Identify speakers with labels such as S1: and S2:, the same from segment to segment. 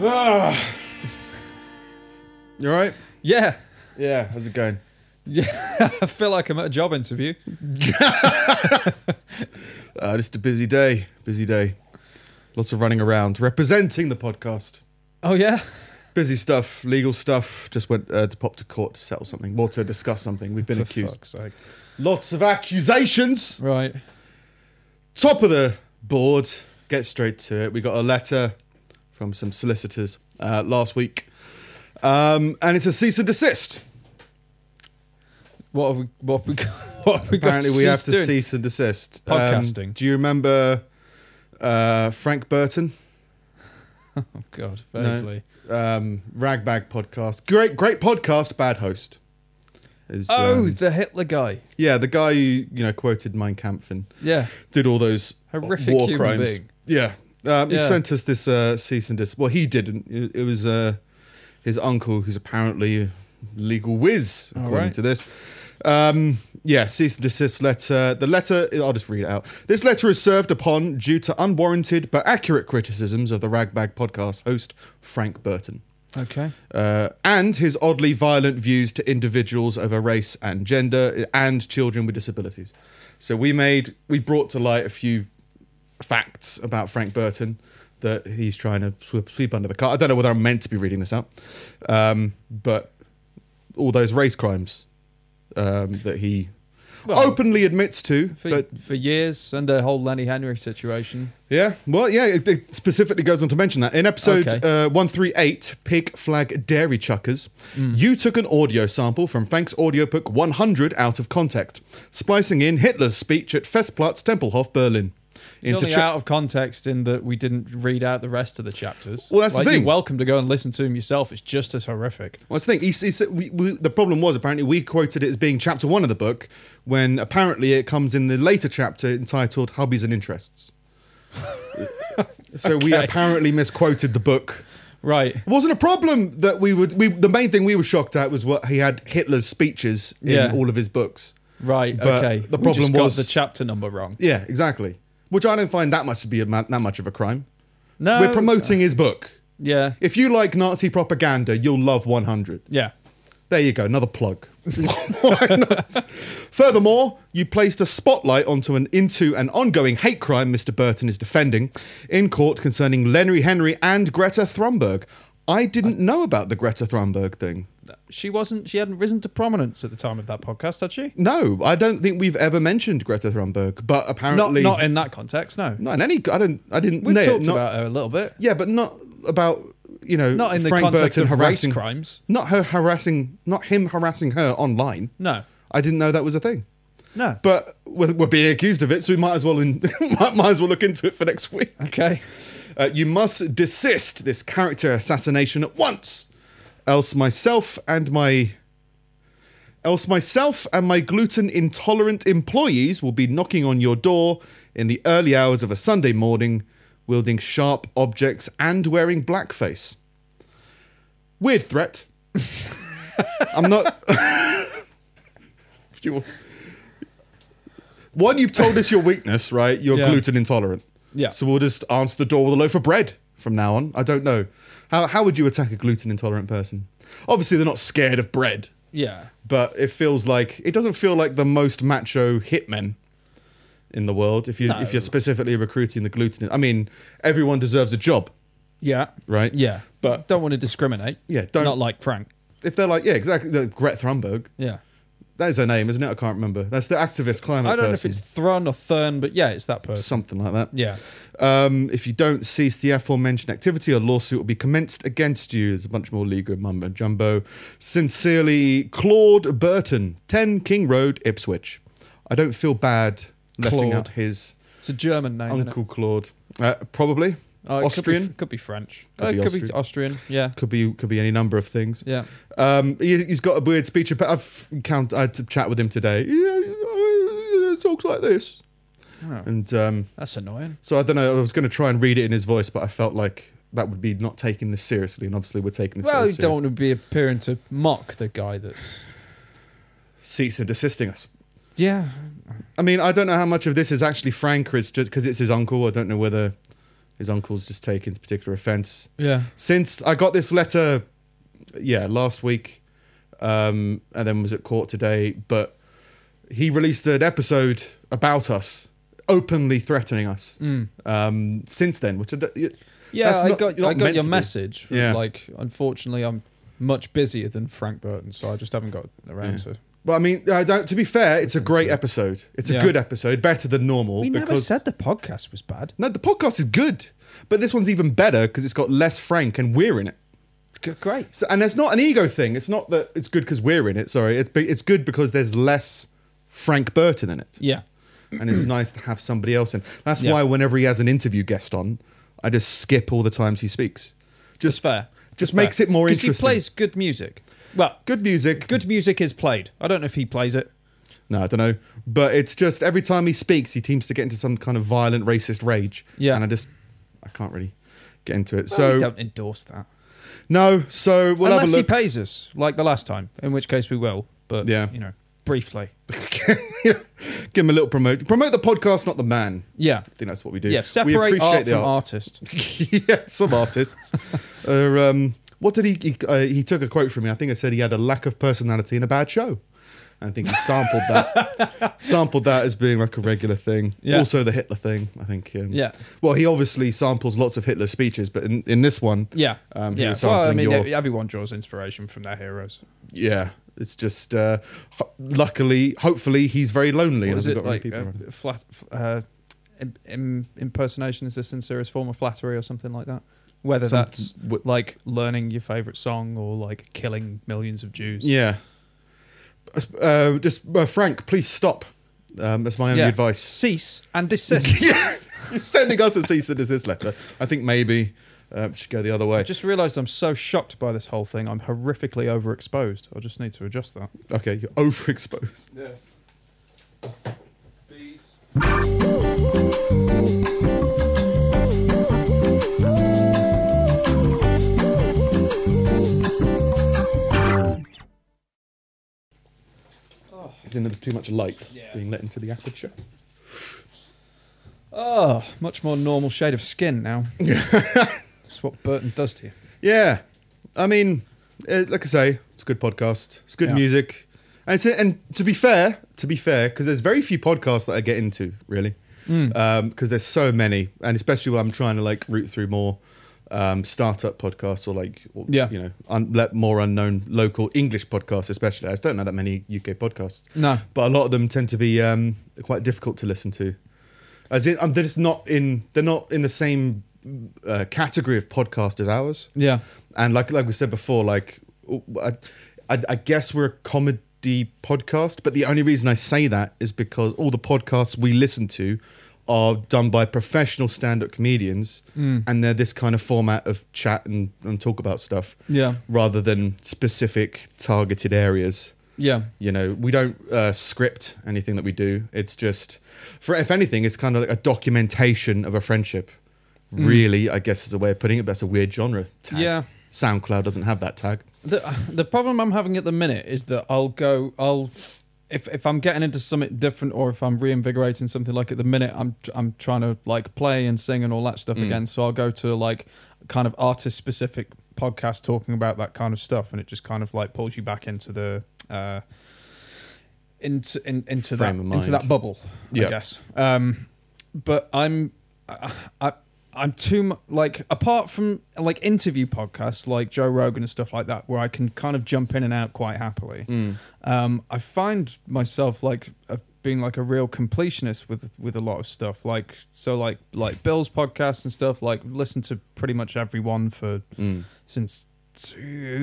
S1: Ah. you all right?
S2: Yeah.
S1: Yeah, how's it going?
S2: Yeah. I feel like I'm at a job interview.
S1: Uh, just a busy day. Busy day. Lots of running around, representing the podcast.
S2: Oh, yeah.
S1: Busy stuff, legal stuff. Just went uh, to pop to court to settle something, or to discuss something. We've been
S2: For
S1: accused.
S2: fuck's sake.
S1: Lots of accusations.
S2: Right.
S1: Top of the board. Get straight to it. We got a letter from some solicitors uh, last week, um, and it's a cease and desist.
S2: What have we, what have we got? What have we got
S1: Apparently, we have to
S2: doing?
S1: cease and desist. Um,
S2: Podcasting.
S1: do you remember uh, Frank Burton?
S2: Oh, God. Vaguely.
S1: Um, Ragbag podcast. Great, great podcast. Bad host. Is,
S2: Oh,
S1: um,
S2: the Hitler guy.
S1: yeah, the guy who you know quoted Mein Kampf and
S2: Yeah.
S1: did all those
S2: Horrific
S1: war
S2: human
S1: crimes.
S2: being.
S1: Yeah. Um, He
S2: Yeah.
S1: sent us this uh, cease and desist. Well, he didn't. It, it was uh, his uncle, who's apparently a legal whiz, according
S2: right.
S1: to this. Um, yeah, cease and desist letter. The letter, I'll just read it out. This letter is served upon due to unwarranted but accurate criticisms of the Ragbag podcast host, Frank Burton
S2: Okay.
S1: uh, and his oddly violent views to individuals over race and gender and children with disabilities. So we made we brought to light a few facts about Frank Burton that he's trying to sweep, sweep under the car. I don't know whether I'm meant to be reading this out, um, but all those race crimes um, that he
S2: Well,
S1: openly admits to,
S2: For,
S1: but
S2: for years and the whole Lenny Henry situation.
S1: yeah, well, yeah, it, it specifically goes on to mention that. In episode
S2: Okay.
S1: uh, 138, Pig Flag Dairy Chuckers,
S2: Mm.
S1: you took an audio sample from Frank's audiobook 100 out of context, splicing in Hitler's speech at Festplatz Tempelhof, Berlin.
S2: It's
S1: Into
S2: only
S1: cha-
S2: out of context in that we didn't read out the rest of the chapters.
S1: Well, that's the
S2: like,
S1: thing.
S2: You're welcome to go and listen to them yourself. It's just as horrific.
S1: well, that's the thing. He, he said we, we, the problem was apparently we quoted it as being chapter one of the book, when apparently it comes in the later chapter entitled Hobbies and Interests. so we
S2: Okay.
S1: apparently misquoted the book.
S2: Right.
S1: It wasn't a problem that we would. We the main thing we were shocked at was what he had Hitler's speeches in
S2: Yeah.
S1: all of his books.
S2: Right.
S1: But
S2: okay.
S1: the
S2: We
S1: problem
S2: just
S1: was-
S2: got the chapter number wrong.
S1: Yeah, exactly. Which I don't find that much to be a ma- that much of a crime.
S2: No.
S1: We're promoting his book.
S2: Yeah.
S1: If you like Nazi propaganda, you'll love 100.
S2: Yeah.
S1: There you go, another plug. Why not? Furthermore, you placed a spotlight onto an into an ongoing hate crime Mr. Burton is defending in court concerning Lenry Henry and Greta Thunberg. I didn't know about the Greta Thunberg thing.
S2: She wasn't. She hadn't risen to prominence at the time of that podcast, had she?
S1: No, I don't think we've ever mentioned Greta Thunberg, but
S2: Not,
S1: apparently
S2: not in that context. No.
S1: not in any. I don't. I didn't.
S2: We've
S1: no,
S2: talked
S1: not-
S2: about her a little bit.
S1: Yeah, but not about you know
S2: Not in the
S1: Frank
S2: context
S1: Burton
S2: of
S1: harassing.
S2: race crimes.
S1: Not her harassing. Not him harassing her online.
S2: No.
S1: I didn't know that was a thing.
S2: No.
S1: But we're, we're being accused of it, so we might as well in, might, might as well look into it for next week.
S2: okay.
S1: Uh, you must desist this character assassination at once, else myself and my else myself and my gluten intolerant employees will be knocking on your door in the early hours of a Sunday morning, wielding sharp objects and wearing blackface. Weird threat. I'm not. If you- One, you've told us your weakness, right? You're
S2: Yeah.
S1: gluten intolerant.
S2: Yeah.
S1: So we'll just answer the door with a loaf of bread from now on. I don't know. How, how would you attack a gluten intolerant person? Obviously, they're not scared of bread,
S2: Yeah.
S1: but it feels like it doesn't feel like the most macho hitmen in the world. If you if you're specifically recruiting the gluten, I mean, everyone deserves a job,
S2: Yeah.
S1: right?
S2: Yeah.
S1: But-
S2: don't want to discriminate.
S1: Yeah, don't-
S2: Not like Frank.
S1: If they're like, yeah, exactly, like Gret Thunberg.
S2: Yeah.
S1: That is her name, isn't it? I can't remember. That's the activist climate
S2: I don't know if
S1: person.
S2: it's Thrun or Thurn, but yeah, it's that person.
S1: something like that.
S2: Yeah.
S1: Um, if you don't cease the aforementioned activity, a lawsuit will be commenced against you. There's a bunch more legal mumbo jumbo. Sincerely, Claude Burton, 10 King Road, Ipswich. I don't feel bad letting
S2: Claude.
S1: out his
S2: It's a German name. isn't it?
S1: uncle Claude. Uh, probably
S2: Uh, it
S1: Austrian.
S2: could be, could be French.
S1: Could
S2: Uh,
S1: be
S2: it could
S1: Austrian.
S2: be Austrian. Yeah,
S1: could be could be any number of things.
S2: yeah.
S1: Um, he, he's got a weird speech. About, I've count. I had to chat with him today. He talks like this,
S2: Oh,
S1: and um,
S2: that's annoying.
S1: So I don't know. I was going to try and read it in his voice, but I felt like that would be not taking this seriously, and obviously we're taking this.
S2: well,
S1: very
S2: you don't
S1: seriously.
S2: want to be appearing to mock the guy that's.
S1: cease and desisting us.
S2: Yeah,
S1: I mean, I don't know how much of this is actually Frank, or it's just because it's his uncle. I don't know whether His uncle's just taken to particular offence.
S2: Yeah.
S1: Since I got this letter, yeah, last week, um, and then was at court today, but he released an episode about us, openly threatening us.
S2: Hmm.
S1: Um, since then, which I d-
S2: Yeah,
S1: That's
S2: I
S1: not-
S2: got
S1: not
S2: I got
S1: meant
S2: your
S1: to be.
S2: message.
S1: Yeah.
S2: Like, unfortunately, I'm much busier than Frank Burton, so I just haven't got around to.
S1: But I mean, I don't, to be fair, it's a great episode. It's a
S2: Yeah.
S1: good episode, better than normal.
S2: We
S1: because,
S2: never said the podcast was bad.
S1: No, the podcast is good, but this one's even better because it's got less Frank and we're in it.
S2: G- great.
S1: So, and it's not an ego thing. It's not that it's good because we're in it. Sorry, it's be- it's good because there's less Frank Burton in it,
S2: Yeah.
S1: and it's nice to have somebody else in. That's
S2: Yeah.
S1: why whenever he has an interview guest on, I just skip all the times he speaks.
S2: It's
S1: Just
S2: fair.
S1: just makes it more
S2: Because he
S1: interesting.
S2: plays good music. Well,
S1: good music.
S2: good music is played. I don't know if he plays it.
S1: No, I don't know. But it's just every time he speaks, he seems to get into some kind of violent racist rage.
S2: Yeah.
S1: And I just, I can't really get into it.
S2: So
S1: so,
S2: don't endorse that
S1: no, so we'll
S2: unless
S1: have
S2: he
S1: a look.
S2: pays us, like the last time. In which case we will. But
S1: Yeah.
S2: you know, briefly.
S1: Give him a little promote. Promote the podcast, not the man.
S2: Yeah.
S1: I think that's what we do.
S2: Yeah.
S1: we
S2: Separate
S1: appreciate
S2: art
S1: the
S2: from
S1: art.
S2: artist.
S1: yeah, some artists. are, um, what did he? He, uh, he took a quote from me. I think I said he had a lack of personality and a bad show. I think he sampled that. sampled that as being like a regular thing.
S2: Yeah.
S1: Also the Hitler thing. I think. Um,
S2: Yeah.
S1: Well, he obviously samples lots of Hitler's speeches, but in, in this one,
S2: Yeah.
S1: Um, he
S2: yeah.
S1: was
S2: Well, I
S1: sampling
S2: mean,
S1: your-
S2: e- everyone draws inspiration from their heroes.
S1: yeah, it's just uh, ho- luckily, hopefully, he's very lonely.
S2: What
S1: and
S2: is
S1: hasn't
S2: it
S1: got many
S2: like?
S1: people
S2: uh,
S1: around.
S2: flat f- uh, im- im- impersonation is the sincerest form of flattery, or something like that. Whether
S1: Some-
S2: that's
S1: w-
S2: like learning your favorite song or like killing millions of Jews.
S1: Yeah. Uh, just uh, Frank, please stop. Um, that's my only
S2: Yeah.
S1: advice.
S2: Cease and desist.
S1: yeah, You're sending us a cease and desist letter. I think maybe uh, we should go the other
S2: I
S1: way.
S2: just realised I'm so shocked by this whole thing. I'm horrifically overexposed. I just need to adjust that.
S1: Okay, you're overexposed.
S2: Yeah.
S1: As in, there was too much light
S2: Yeah.
S1: being let into the aperture.
S2: Oh, much more normal shade of skin now. That's what Burton does to you.
S1: Yeah, I mean, uh, like I say, it's a good podcast. It's good
S2: Yeah.
S1: music, and it's, and to be fair, to be fair, because there's very few podcasts that I get into really,
S2: Hmm.
S1: because there's so many, and especially when I'm trying to like root through more um, startup podcasts or like or,
S2: Yeah.
S1: you know un- let more unknown local English podcasts, especially. I just don't know that many UK podcasts.
S2: No.
S1: but a lot of them tend to be um, quite difficult to listen to. As in, um, they're just not in. They're not in the same uh, category of podcast as ours.
S2: Yeah.
S1: And like like we said before, like I, I, I guess we're a comedy podcast, but the only reason I say that is because all the podcasts we listen to are done by professional stand-up comedians,
S2: Mm.
S1: and they're this kind of format of chat and, and talk about stuff,
S2: Yeah.
S1: rather than specific targeted areas.
S2: Yeah.
S1: You know, we don't uh, script anything that we do. It's just, for if anything, it's kind of like a documentation of a friendship. Really, I guess is a way of putting it. But that's a weird genre tag.
S2: Yeah.
S1: SoundCloud doesn't have that tag.
S2: the the problem I'm having at the minute is that I'll go I'll if if I'm getting into something different or if I'm reinvigorating something like at the minute I'm I'm trying to like play and sing and all that
S1: Mm.
S2: stuff again so I'll go to like kind of artist specific podcast talking about that kind of stuff and it just kind of like pulls you back into the uh into in, into
S1: Frame
S2: that
S1: of
S2: into
S1: mind.
S2: that bubble
S1: Yeah.
S2: I guess um but I'm I, I I'm too mu- like apart from like interview podcasts like Joe Rogan and stuff like that, where I can kind of jump in and out quite happily.
S1: Mm,
S2: Um, I find myself like a, being like a real completionist with with a lot of stuff. Like so, like like Bill's podcast and stuff. Like listen to pretty much everyone for
S1: mm.
S2: since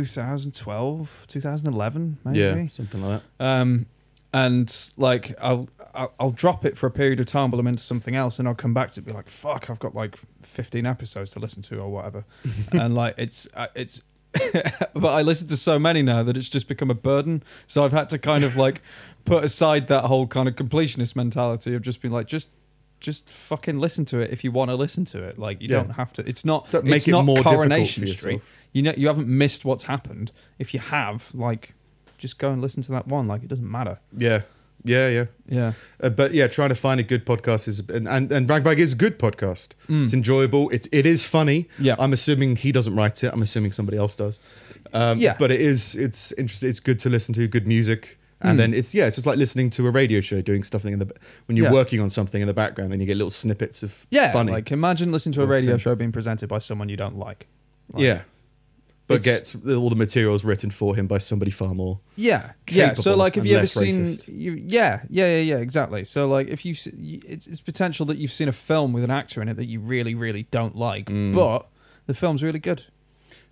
S2: 2012, 2011, maybe.
S1: Yeah, something like that.
S2: Um, and like I'll, I'll I'll drop it for a period of time while I'm into something else, and I'll come back to it and be like, "Fuck, I've got like 15 episodes to listen to or whatever," and like it's uh, it's. but I listen to so many now that it's just become a burden. So I've had to kind of like put aside that whole kind of completionist mentality of just being like, just, just fucking listen to it if you want to listen to it. Like you
S1: Yeah.
S2: don't have to. It's not.
S1: Don't make
S2: it's
S1: it
S2: not
S1: more difficult for
S2: Coronation Street.
S1: yourself.
S2: You know, you haven't missed what's happened. If you have, like, just go and listen to that one. Like, it doesn't matter.
S1: Yeah. Yeah, yeah.
S2: Yeah.
S1: Uh, but yeah, trying to find a good podcast is and and, and Ragbag is a good podcast. It's enjoyable. It it is funny.
S2: Mm. Yeah.
S1: I'm assuming he doesn't write it. I'm assuming somebody else does. Um,
S2: Yeah.
S1: but it is it's interesting. It's good to listen to good music.
S2: Mm.
S1: And then it's yeah, it's just like listening to a radio show doing something in the when you're
S2: Yeah.
S1: working on something in the background, then you get little snippets of
S2: Yeah.
S1: funny.
S2: Like imagine listening to a
S1: Well,
S2: radio
S1: same.
S2: show being presented by someone you don't like. like,
S1: yeah. But
S2: it's-
S1: gets all the materials written for him by somebody far more.
S2: Yeah. Yeah. So
S1: Capable
S2: like, have
S1: and
S2: you ever
S1: less
S2: seen?
S1: racist.
S2: You, yeah. Yeah. Yeah. Yeah. Exactly. So like, if you, it's, it's potential that you've seen a film with an actor in it that you really, really don't like,
S1: Mm.
S2: but the film's really good.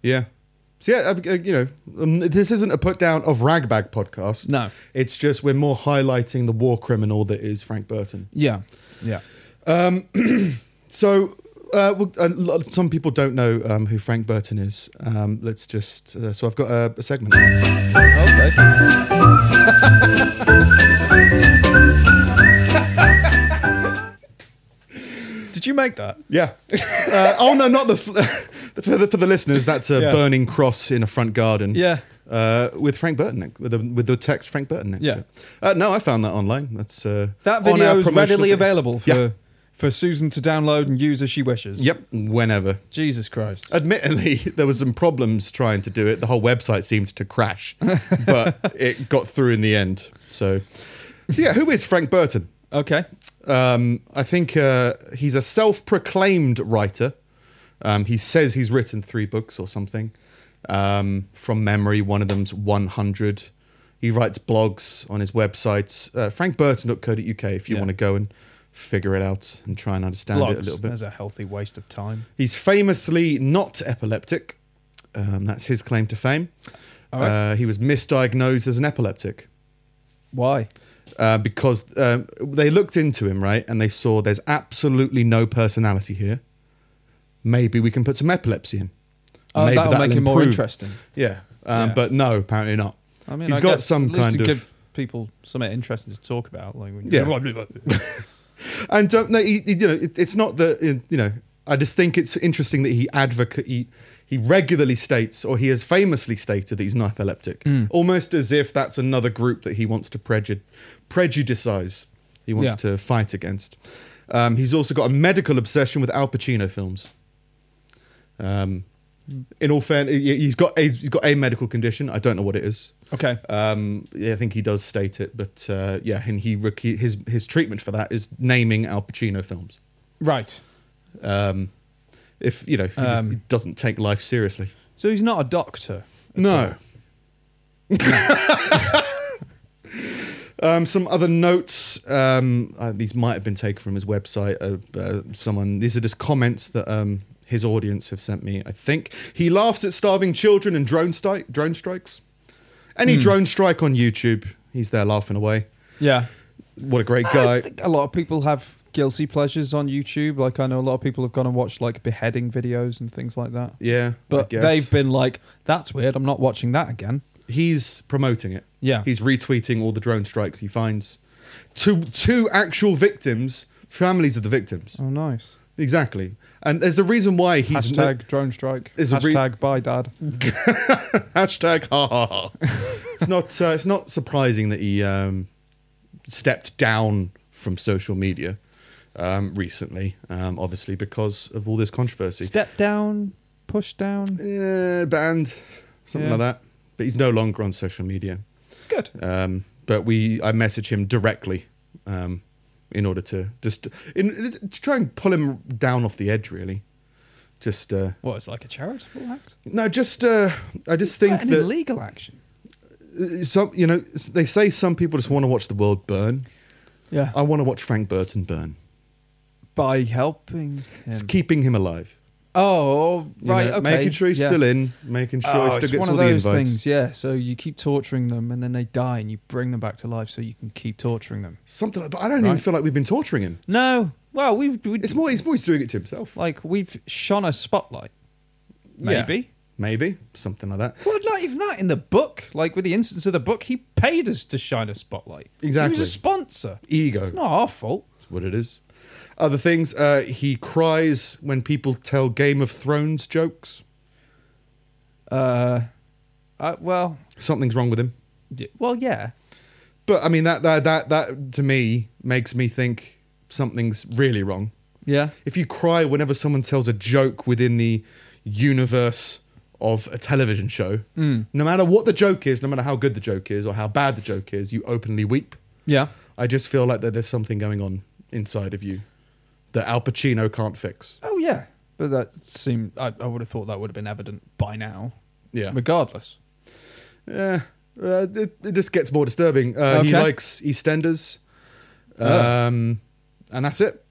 S1: Yeah. So yeah, I've, uh, you know, um, this isn't a put down of Ragbag podcast.
S2: No.
S1: It's just we're more highlighting the war criminal that is Frank Burton.
S2: Yeah. Yeah.
S1: So, uh, well, a lot, some people don't know um, who Frank Burton is. Um, let's just. Uh, so I've got a, a segment.
S2: Okay. Did you make that?
S1: Yeah. Uh, oh no, not the. F- for the for the listeners, that's a
S2: Yeah.
S1: burning cross in a front garden.
S2: Yeah.
S1: Uh, with Frank Burton, next- with the, with the text Frank Burton next.
S2: Yeah.
S1: to it. Uh, no, I found that online. That's uh,
S2: That
S1: on our
S2: video is
S1: promotional
S2: readily
S1: video.
S2: available for
S1: Yeah.
S2: for Susan to download and use as she wishes.
S1: Yep. Whenever.
S2: Jesus Christ.
S1: Admittedly, there was some problems trying to do it. The whole website seemed to crash, but it got through in the end. So, so yeah, who is Frank Burton?
S2: Okay.
S1: Um, I think uh, he's a self-proclaimed writer. Um, he says he's written three books or something. Um, from memory, one of them's 100. He writes blogs on his website, uh, frankburton.co.uk, if you
S2: Yeah.
S1: want to go and figure it out and try and understand it a
S2: Blogs.
S1: little bit.
S2: That's a healthy waste of time.
S1: He's famously not epileptic. Um, that's his claim to fame.
S2: All right.
S1: Uh, he was misdiagnosed as an epileptic
S2: Why?
S1: uh, because um they looked into him, right? And they saw there's absolutely no personality here. Maybe we can put some epilepsy in.
S2: Oh,
S1: Maybe
S2: that'll,
S1: that'll
S2: make it more
S1: improve.
S2: interesting.
S1: Yeah. Um,
S2: Yeah.
S1: But no, apparently not.
S2: I mean,
S1: He's
S2: I
S1: got
S2: guess
S1: some
S2: at least
S1: kind
S2: to
S1: of-
S2: give people something interesting to talk about. Like, when
S1: Yeah.
S2: yeah,
S1: And um, no, he, he- you know, it, it's not that uh, you know. I just think it's interesting that he advocate he, he regularly states, or he has famously stated that he's not epileptic,
S2: Mm. Hmm.
S1: almost as if that's another group that he wants to prejud- prejudicize. He wants
S2: Yeah.
S1: to fight against. Um, he's also got a medical obsession with Al Pacino films. Um, in all fairness, he's got a he's got a medical condition. I don't know what it is.
S2: okay.
S1: Um, yeah, I think he does state it, but uh, yeah, and he rec- his his treatment for that is naming Al Pacino films.
S2: Right.
S1: Um, if you know, he, just-
S2: Um,
S1: he doesn't take life seriously.
S2: So he's not a doctor. at all.
S1: No. um, some other notes. Um, uh, these might have been taken from his website. Uh, uh, someone. These are just comments that um, his audience have sent me. I think he laughs at starving children and drone strike. Drone strikes.
S2: Hmm.
S1: Any drone strike on YouTube, he's there laughing away.
S2: Yeah.
S1: What a great
S2: I
S1: guy.
S2: think a lot of people have guilty pleasures on YouTube. Like, I know a lot of people have gone and watched like beheading videos and things like that.
S1: Yeah,
S2: But
S1: I guess.
S2: they've been like, "That's weird. I'm not watching that again."
S1: he's promoting it.
S2: Yeah.
S1: He's retweeting all the drone strikes he finds. To two actual victims, families of the victims.
S2: oh, nice.
S1: Exactly. And there's the reason why he's
S2: Hashtag drone strike.
S1: There's a
S2: Hashtag
S1: re-
S2: bye, dad.
S1: hashtag ha ha ha. it's not uh, it's not surprising that he um, stepped down from social media um, recently, um, obviously because of all this controversy.
S2: Step down. Push down.
S1: uh, banned, something
S2: Yeah.
S1: like that. But he's no longer on social media.
S2: Good.
S1: Um, but we, I message him directly um, in order to just in, to try and pull him down off the edge, really. Just uh,
S2: What? It's like a charitable act.
S1: no, just uh, I just think
S2: An
S1: that
S2: illegal action.
S1: uh, some, you know, s- they say some people just want to watch the world burn.
S2: Yeah.
S1: I want to watch Frank Burton burn.
S2: by helping.
S1: It's
S2: Him.
S1: keeping him alive.
S2: Oh,
S1: you
S2: Um, right.
S1: know,
S2: okay.
S1: Making sure he's
S2: yeah.
S1: still in, making sure
S2: Oh,
S1: he still
S2: it's
S1: gets
S2: one
S1: all
S2: of
S1: the
S2: those
S1: invites.
S2: things, yeah. So you keep torturing them, and then they die, and you bring them back to life, so you can keep torturing them.
S1: Something like, but I don't even
S2: Right.
S1: feel like we've been torturing him.
S2: No, well, we we
S1: It's more, he's more he's doing it to himself.
S2: like we've shone a spotlight,
S1: Yeah.
S2: maybe.
S1: Maybe something like that.
S2: Well, not even that. In the book, like with the instance of the book, he paid us to shine a spotlight.
S1: Exactly.
S2: He was a sponsor.
S1: Ego.
S2: It's not our fault.
S1: what it is. Other things, uh, he cries when people tell Game of Thrones jokes.
S2: Uh, uh well, Uh,
S1: Something's wrong with him.
S2: d- well, yeah.
S1: But I mean that that that that to me makes me think something's really wrong.
S2: Yeah.
S1: If you cry whenever someone tells a joke within the universe of a television show, no matter what the joke is, no matter how good the joke is or how bad the joke is, you openly weep.
S2: Yeah.
S1: I just feel like that there's something going on inside of you that Al Pacino can't fix.
S2: Oh yeah. But that seemed I, I would have thought that would have been evident by now.
S1: Yeah.
S2: Regardless.
S1: Yeah, uh, it, it just gets more disturbing. Uh, He
S2: Okay.
S1: likes EastEnders, um, and that's it.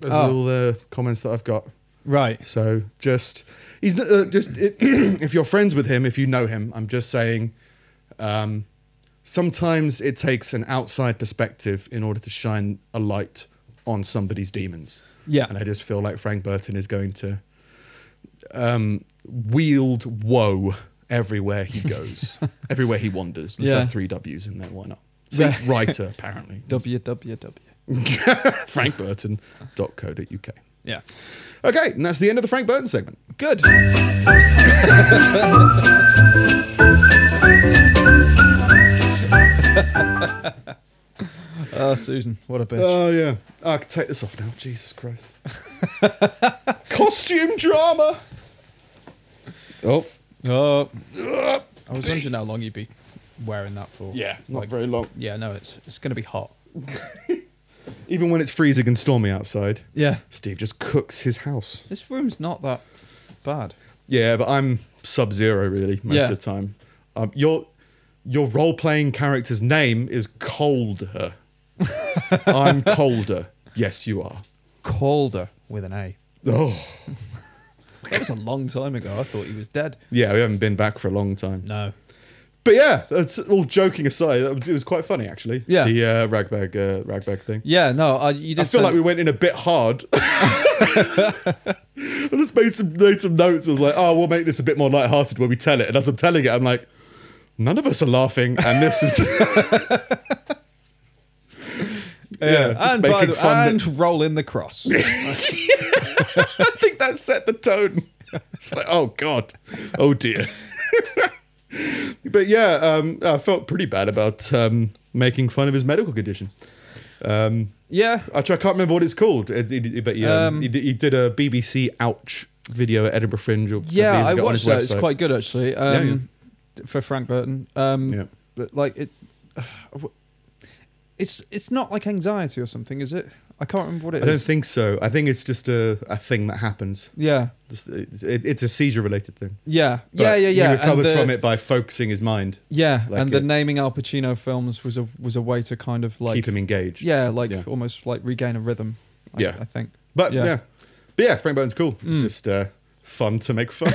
S1: That's
S2: Oh.
S1: all the comments that I've got.
S2: Right.
S1: So just he's n- uh, just it, if you're friends with him, if you know him, I'm just saying. Um, sometimes it takes an outside perspective in order to shine a light on somebody's demons,
S2: Yeah.
S1: and I just feel like Frank Burton is going to um, wield woe everywhere he goes, everywhere he wanders. There's
S2: Yeah.
S1: have three W's in there. Why not? So
S2: Yeah.
S1: he's writer apparently.
S2: WWW.
S1: FrankBurton.co.uk.
S2: Yeah.
S1: Okay, and that's the end of the Frank Burton segment.
S2: Good. Oh, Susan, what a bitch.
S1: Oh yeah, I can take this off now. Jesus Christ! Costume drama. Oh
S2: oh. I was wondering how long you'd be wearing that for.
S1: yeah, not
S2: Like-
S1: very long.
S2: Yeah, no, it's it's going to be hot.
S1: Even when it's freezing and stormy outside,
S2: Yeah.
S1: Steve just cooks his house.
S2: This room's not that bad.
S1: Yeah, but I'm sub-zero really most
S2: Yeah.
S1: of the time. Um, your your role-playing character's name is Colder. I'm Colder. Yes, you are.
S2: Calder with an A.
S1: Oh
S2: That was a long time ago. I thought he was dead.
S1: yeah, we haven't been back for a long time.
S2: No.
S1: But yeah, that's all joking aside. that was- It was quite funny actually.
S2: Yeah.
S1: the uh, ragbag uh, ragbag thing.
S2: Yeah, no. I, you
S1: I
S2: just
S1: feel like we went in a bit hard. I just made some made some notes. I was like, oh, we'll make this a bit more lighthearted when we tell it. And as I'm telling it, I'm like, none of us are laughing, and this is yeah, just
S2: and, by
S1: making
S2: the,
S1: fun.
S2: and roll in the cross.
S1: I think that set the tone. It's like, oh god, oh dear. but yeah, um, I felt pretty bad about um, making fun of his medical condition. Um,
S2: yeah.
S1: Actually, I can't remember what it's called. It- it- it- but yeah,
S2: Um,
S1: he, did, he did a BBC Ouch video at Edinburgh Fringe. Or
S2: Yeah,
S1: years
S2: I
S1: ago on
S2: watched
S1: his
S2: that. It's
S1: website.
S2: quite good actually. Um, For Frank Burton. Um,
S1: Yeah.
S2: But like it's, it's it's not like anxiety or something, is it? I can't remember what it is.
S1: I don't think so. I think it's just a, a thing that happens.
S2: yeah.
S1: Just- It's, it- it's a seizure related thing.
S2: Yeah.
S1: But
S2: yeah. Yeah. Yeah.
S1: He
S2: and
S1: recovers
S2: the-
S1: from it by focusing his mind,
S2: Yeah,
S1: Like uh,
S2: and the
S1: it-
S2: naming Al Pacino films was a was a way to kind of like
S1: keep him engaged.
S2: yeah, like
S1: Yeah.
S2: almost like regain a rhythm. I,
S1: Yeah.
S2: I think.
S1: But yeah.
S2: Yeah. Hmm.
S1: But yeah, Frank Burton's cool. It's just uh, fun to make fun.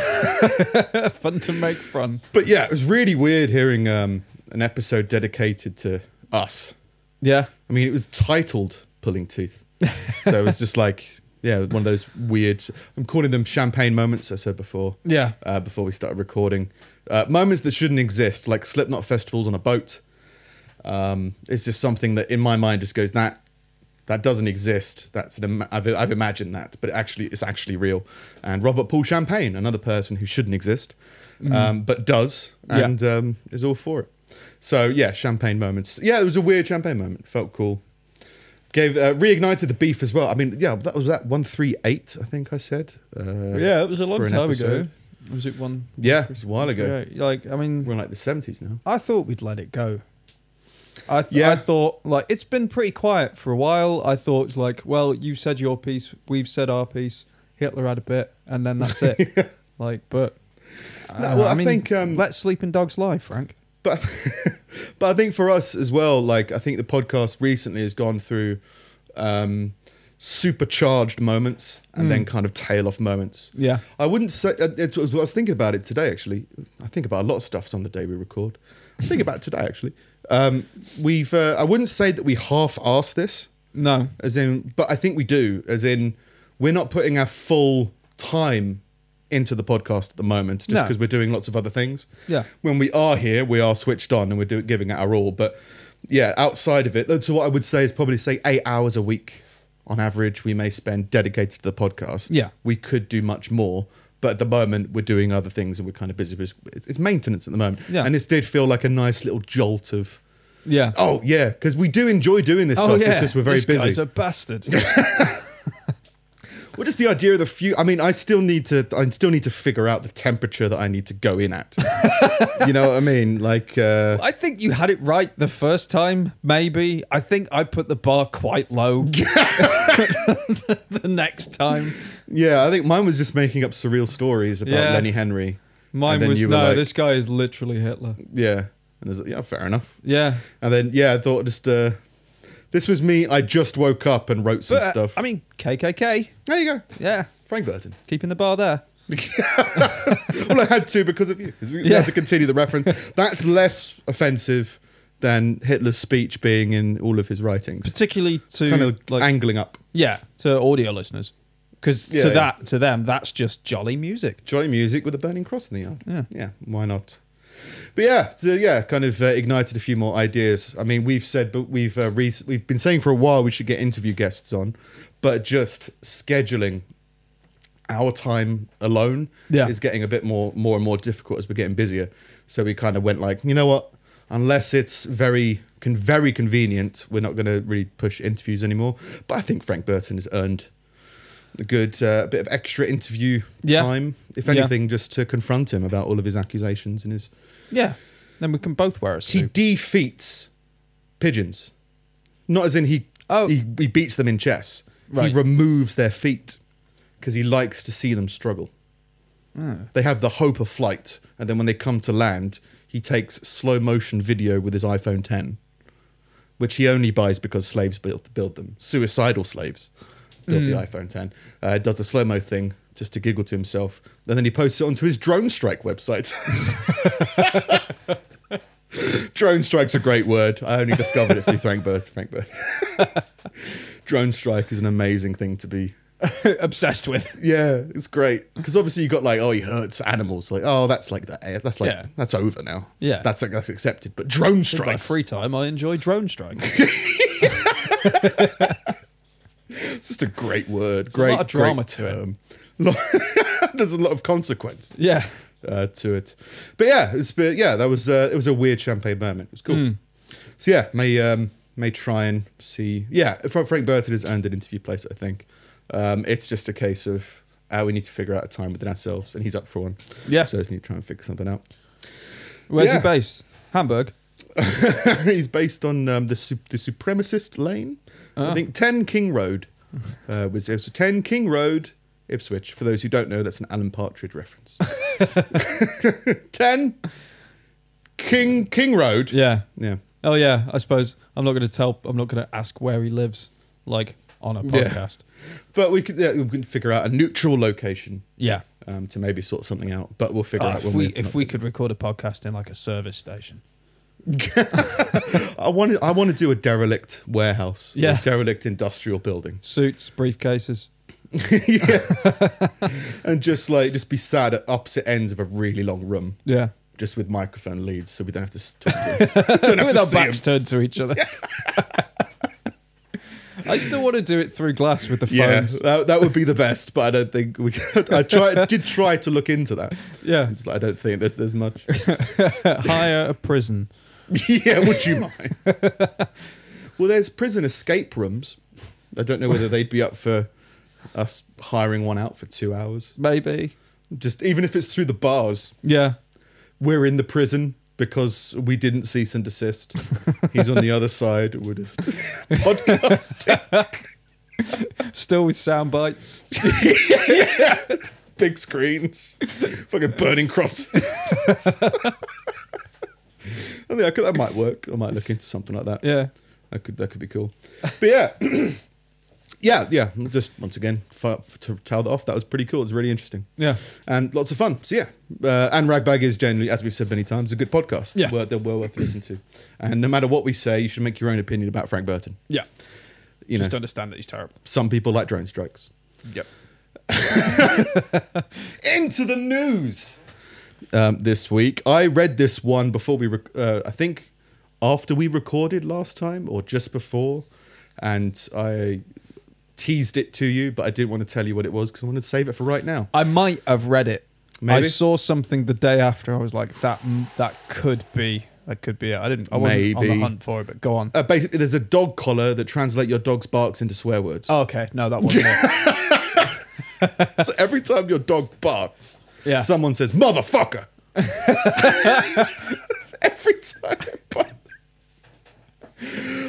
S2: Fun to make fun.
S1: but yeah, it was really weird hearing um, an episode dedicated to us.
S2: Yeah.
S1: I mean, it was titled Pulling Teeth. so it was just like, yeah, one of those weird, I'm calling them champagne moments, I said before,
S2: Yeah.
S1: uh, before we started recording. Uh, moments that shouldn't exist, like Slipknot festivals on a boat. Um, it's just something that in my mind just goes, that that doesn't exist. That's an Im- I've, I've imagined that, but actually, it's actually real. And Robert Paul Champagne, another person who shouldn't exist, um, but does,
S2: Mm. Yeah.
S1: and um, is all for it. So yeah, champagne moments. Yeah, it was a weird champagne moment. Felt cool. Gave uh, reignited the beef as well. I mean, yeah, that was that one three eight. I think I said. Uh,
S2: Yeah, it was a
S1: long for
S2: long time
S1: an time ago. episode.
S2: ago. Was it one?
S1: yeah, it was a while ago.
S2: Yeah, like I mean,
S1: We're in like the seventies now.
S2: I thought we'd let it go. I th-
S1: Yeah.
S2: I thought like it's been pretty quiet for a while. I thought like, well, you said your piece, we've said our piece. Hitler had a bit, and then that's it. Like, but uh,
S1: well, I think, um,
S2: let sleeping dogs lie, Frank.
S1: but but I think for us as well, like I think the podcast recently has gone through um, supercharged moments and
S2: Mm.
S1: then kind of tail off moments.
S2: Yeah,
S1: I wouldn't say uh, it was. I was thinking about it today. Actually, I think about a lot of stuff on the day we record. I think about it today. Actually, um, we've. Uh, I wouldn't say that we half-assed this,
S2: no,
S1: as in, but I think we do. As in, we're not putting our full time into the podcast at the moment, just
S2: No.
S1: because we're doing lots of other things
S2: yeah,
S1: when we are here, we are switched on and we're doing giving it our all. But yeah, outside of it, that's what I would say is probably say eight hours a week on average we may spend dedicated to the podcast.
S2: Yeah.
S1: we could do much more, but at the moment we're doing other things and we're kind of busy. busy. It's it's maintenance at the moment,
S2: Yeah.
S1: and this did feel like a nice little jolt of
S2: Yeah.
S1: Oh yeah, because we do enjoy doing this stuff. It's just we're very
S2: Oh, this
S1: busy.
S2: Guy's a bastard.
S1: Well, just the idea of the few. I mean, I still need to. I still need to figure out the temperature that I need to go in at. you know what I mean? Like, uh,
S2: I think you had it right the first time. Maybe I think I put the bar quite low. the next time,
S1: yeah, I think mine was just making up surreal stories about
S2: Yeah.
S1: Lenny Henry.
S2: mine
S1: And then
S2: was
S1: you were
S2: no.
S1: like-
S2: this guy is literally Hitler.
S1: Yeah, and I was like, yeah, fair enough.
S2: Yeah,
S1: And then yeah, I thought just. Uh, this was me. I just woke up and wrote some
S2: But, uh,
S1: stuff.
S2: I mean, KKK.
S1: there you go,
S2: Yeah,
S1: Frank Burton.
S2: keeping the bar there.
S1: well, I had to because of you. 'cause We we
S2: Yeah.
S1: had to continue the reference. That's less offensive than Hitler's speech being in all of his writings.
S2: particularly to
S1: Kind of
S2: like
S1: angling up.
S2: yeah to audio listeners because
S1: Yeah,
S2: to
S1: yeah.
S2: that to them that's just jolly music
S1: jolly music with a burning cross in the yard.
S2: Yeah.
S1: yeah, why not? But yeah, so yeah, kind of uh, ignited a few more ideas. I mean, we've said, but we've uh, re- we've been saying for a while we should get interview guests on, but just scheduling our time alone
S2: Yeah.
S1: is getting a bit more more and more difficult as we're getting busier. So we kind of went like, you know what? Unless it's very con- very convenient, we're not going to really push interviews anymore. But I think Frank Burton has earned a good uh, bit of extra interview
S2: Yeah.
S1: time, if
S2: Yeah.
S1: anything, just to confront him about all of his accusations and his.
S2: yeah then we can both wear a
S1: He
S2: suit
S1: defeats pigeons, not as in he
S2: Oh.
S1: he, he beats them in chess.
S2: Right.
S1: He removes their feet because he likes to see them struggle. They have the hope of flight, and then when they come to land, he takes slow motion video with his iPhone 10, which he only buys because slaves build, build them. Suicidal slaves build the iPhone 10. Uh, does the slow mo thing just to giggle to himself, and then he posts it onto his drone strike website. drone strike's a great word. I only discovered it through Frank Bird. Frank Bird. drone strike is an amazing thing to be
S2: obsessed with
S1: yeah, it's great because obviously you got like, oh, he hurts animals. Like, oh, that's like that. eh, That's like
S2: Yeah.
S1: that's over now.
S2: Yeah.
S1: that's like that's accepted. But drone
S2: my
S1: strikes.
S2: free time i enjoy drone strikes
S1: It's just a great word.
S2: a
S1: great
S2: lot of drama
S1: great
S2: to it.
S1: term. Lo- There's a lot of consequence
S2: yeah
S1: uh, to it. But yeah, it's but yeah, that was uh, it was a weird champagne moment. It was cool.
S2: Mm.
S1: So yeah, may um may try and see. Yeah, Fra- Frank Burton has earned an interview place. I think. Um, it's just a case of uh, we need to figure out a time within ourselves, and he's up for one.
S2: yeah
S1: So I just need to try and figure something out.
S2: where's
S1: yeah.
S2: he based hamburg
S1: He's based on um, the su- the supremacist lane.
S2: Ah.
S1: I think Ten King Road uh, was Ips- Ten King Road, Ipswich. For those who don't know, that's an Alan Partridge reference. Ten King King Road.
S2: yeah
S1: Yeah.
S2: oh yeah i suppose i'm not going to tell i'm not going to ask where he lives like on a
S1: Yeah.
S2: podcast
S1: but we could yeah, we can figure out a neutral location
S2: yeah,
S1: um, to maybe sort something out. But we'll figure
S2: Oh,
S1: out
S2: if
S1: when
S2: we
S1: we're
S2: if
S1: not-
S2: we could record a podcast in like a service station
S1: I want to I want to do a derelict warehouse. or
S2: Yeah.
S1: derelict industrial building.
S2: suits briefcases
S1: yeah. and just like just be sad at opposite ends of a really long room.
S2: yeah
S1: just with microphone leads, so we don't have to s- talk to him. don't have
S2: with
S1: to
S2: our
S1: see him.
S2: backs turned to each other. I still want to do it through glass with the
S1: Yeah,
S2: phones.
S1: that, that would be the best, but I don't think we. Could. I tried, did try to look into that.
S2: Yeah.
S1: It's like, I don't think there's there's much.
S2: Hire a prison.
S1: yeah, would you mind? well, there's prison escape rooms. I don't know whether they'd be up for us hiring one out for two hours.
S2: Maybe.
S1: Just even if it's through the bars,
S2: Yeah.
S1: we're in the prison because we didn't cease and desist. He's on the other side. We're just podcasting.
S2: Still with sound bites.
S1: big screens, fucking burning cross. I think I could, that might work. I might look into something like that.
S2: Yeah.
S1: That could that could be cool. But yeah, yeah, yeah. Just once again f- to towel that off. That was pretty cool. It's really interesting
S2: Yeah.
S1: and lots of fun. So yeah, uh, and Ragbag is generally, as we've said many times, a good podcast.
S2: Yeah.
S1: Well- they're well worth listening to. And no matter what we say, you should make your own opinion about Frank Burton.
S2: Yeah.
S1: You know,
S2: understand that he's terrible.
S1: some people like drone strikes.
S2: Yep.
S1: into the news um, this week. I read this one before we, rec- uh, I think, after we recorded last time or just before, and I teased it to you, but I didn't want to tell you what it was because I wanted to save it for right now.
S2: I might have read it.
S1: Maybe.
S2: I saw something the day after. I was like, that that could be That could be it. I didn't. I wasn't on the
S1: Maybe.
S2: hunt for it, but go on.
S1: Uh, basically, there's a dog collar that translate your dog's barks into swear words.
S2: Oh, okay, no, that wasn't it.
S1: So every time your dog barks,
S2: Yeah.
S1: someone says "motherfucker." every time. it barks.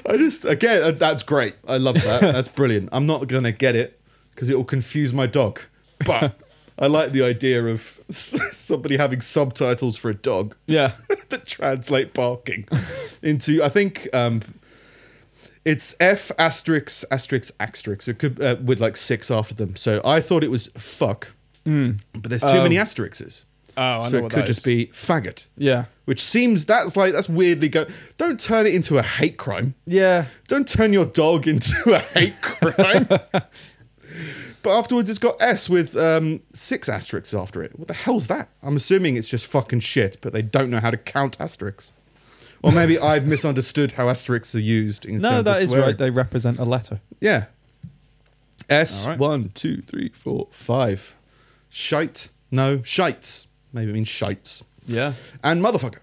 S1: I just again uh, that's great. I love that. That's brilliant. I'm not gonna get it because it will confuse my dog, but I like the idea of somebody having subtitles for a dog
S2: Yeah,
S1: that translate barking into I think um it's F asterisk asterisk asterisk. It could uh, with like six after them. So I thought it was fuck, but there's too many asterisks.
S2: Oh, Hmm. I know
S1: so it
S2: what
S1: could
S2: that
S1: just
S2: is.
S1: be faggot,
S2: yeah,
S1: which seems that's like that's weirdly go. Don't turn it into a hate crime.
S2: yeah.
S1: Don't turn your dog into a hate crime. but afterwards, it's got S with um, six asterisks after it. What the hell's that? I'm assuming it's just fucking shit, but they don't know how to count asterisks. Or maybe I've misunderstood how asterisks are used. In terms
S2: No,
S1: of
S2: that is
S1: swearing.
S2: right. They represent a letter.
S1: Yeah. S
S2: All right.
S1: one two three four five. Shite. No shites. Maybe it means shites
S2: Yeah.
S1: and motherfucker.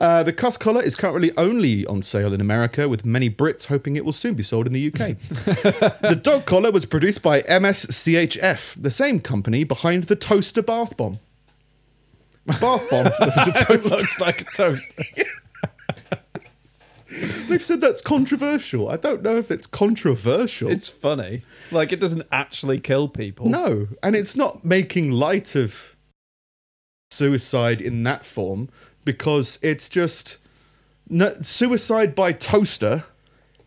S1: Uh, the cuss collar is currently only on sale in America, with many Brits hoping it will soon be sold in the UK. the dog collar was produced by MSCHF, the same company behind the toaster bath bomb. Bath bomb. that was a toaster.
S2: looks like a toast.
S1: They've said that's controversial. I don't know if it's controversial.
S2: It's funny. Like it doesn't actually kill people.
S1: No, and it's not making light of suicide in that form because it's just no, suicide by toaster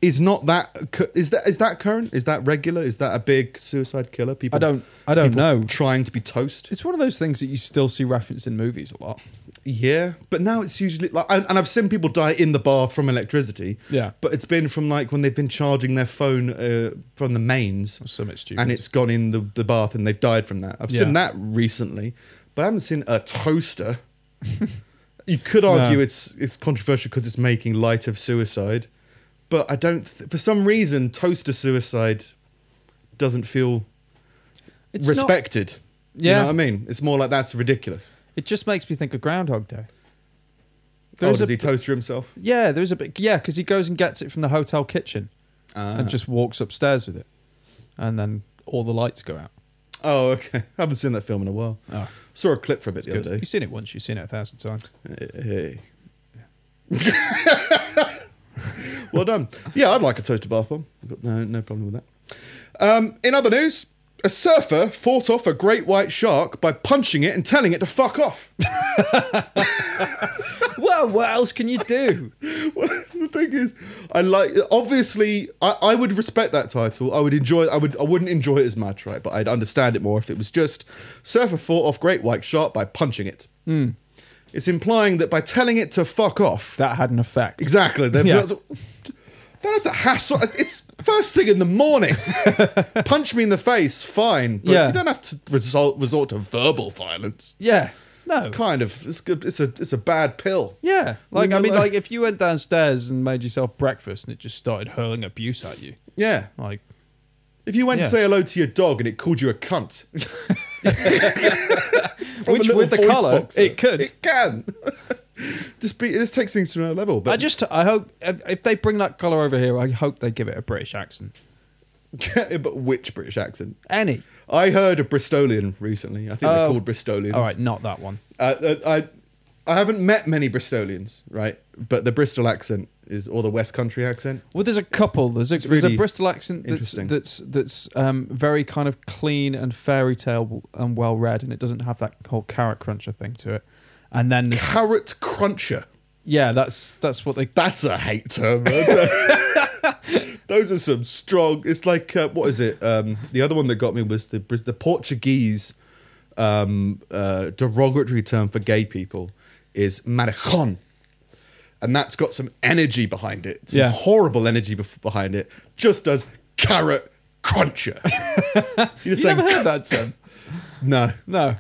S1: is not that cu- is that is that current? Is that regular? Is that a big suicide killer? People
S2: I don't. I don't know.
S1: trying to be toast.
S2: It's one of those things that you still see referenced in movies a lot.
S1: Yeah, but now it's usually like, and, and I've seen people die in the bath from electricity.
S2: Yeah.
S1: but it's been from like when they've been charging their phone uh, from the mains.
S2: So much stupid.
S1: and it's gone in the, the bath and they've died from that. I've seen
S2: Yeah.
S1: that recently, but I haven't seen a toaster. you could argue
S2: No.
S1: it's it's controversial because it's making light of suicide, but I don't. Th- for some reason, toaster suicide doesn't feel
S2: It's not-
S1: respected.
S2: Yeah.
S1: you know what I mean. It's more like that's ridiculous.
S2: it just makes me think of Groundhog Day.
S1: Oh,
S2: There's
S1: does
S2: a-
S1: he toaster himself?
S2: Yeah, there's a bit. Yeah, because he goes and gets it from the hotel kitchen
S1: Ah.
S2: and just walks upstairs with it, and then all the lights go out.
S1: Oh, okay. I haven't seen that film in a while.
S2: Oh.
S1: Saw a clip for a bit the other
S2: You've seen it once. You've seen it a thousand times.
S1: day. Hey. well done. Yeah, I'd like a toaster bath bomb. I've got no, no problem with that. Um, in other news, a surfer fought off a great white shark by punching it and telling it to fuck off.
S2: well, what else can you do?
S1: Well, the thing is, I like obviously I, I would respect that title. I would enjoy I would I wouldn't enjoy it as much, right? But I'd understand it more if it was just Surfer fought off Great White Shark by punching it. It's implying that by telling it to fuck off.
S2: That had an effect.
S1: Exactly. They've
S2: Yeah.
S1: don't have to hassle. It's first thing in the morning. Punch me in the face, fine. But
S2: Yeah.
S1: you don't have to resort resort to verbal violence.
S2: Yeah. No.
S1: Kind of. It's good. It's a it's a bad pill.
S2: Oh. Yeah. Like
S1: know,
S2: I mean,
S1: like-
S2: like if you went downstairs and made yourself breakfast and it just started hurling abuse at you,
S1: Yeah.
S2: like
S1: If you went
S2: Yeah.
S1: to say hello to your dog and it called you a cunt, from
S2: Which
S1: little
S2: with the
S1: voice
S2: colour,
S1: box,
S2: it could.
S1: it can. just be. This takes things to another level. But
S2: I just I hope if if they bring that color over here, I hope they give it a British accent.
S1: but which British accent?
S2: Any.
S1: I heard a Bristolian recently. I think they're
S2: Oh.
S1: called Bristolians.
S2: All right, not that one.
S1: Uh, uh, I I haven't met many Bristolians, right? But the Bristol accent is or the West Country accent.
S2: Well, there's a couple. There's a there's
S1: really
S2: a Bristol accent that's
S1: interesting.
S2: that's that's um, very kind of clean and fairy tale and well read, and it doesn't have that whole carrot cruncher thing to it. And then there's-
S1: Carrot cruncher.
S2: yeah, that's that's what they
S1: That's a hate term. man. Those are some strong. It's like uh, what is it? Um, the other one that got me was the Bris- the Portuguese um, uh, derogatory term for gay people is maricon, and that's got some energy behind it. Some
S2: Yeah.
S1: horrible energy bef- behind it. Just as carrot cruncher. You're just
S2: You
S1: saying
S2: never heard that term?
S1: no,
S2: No. Uh.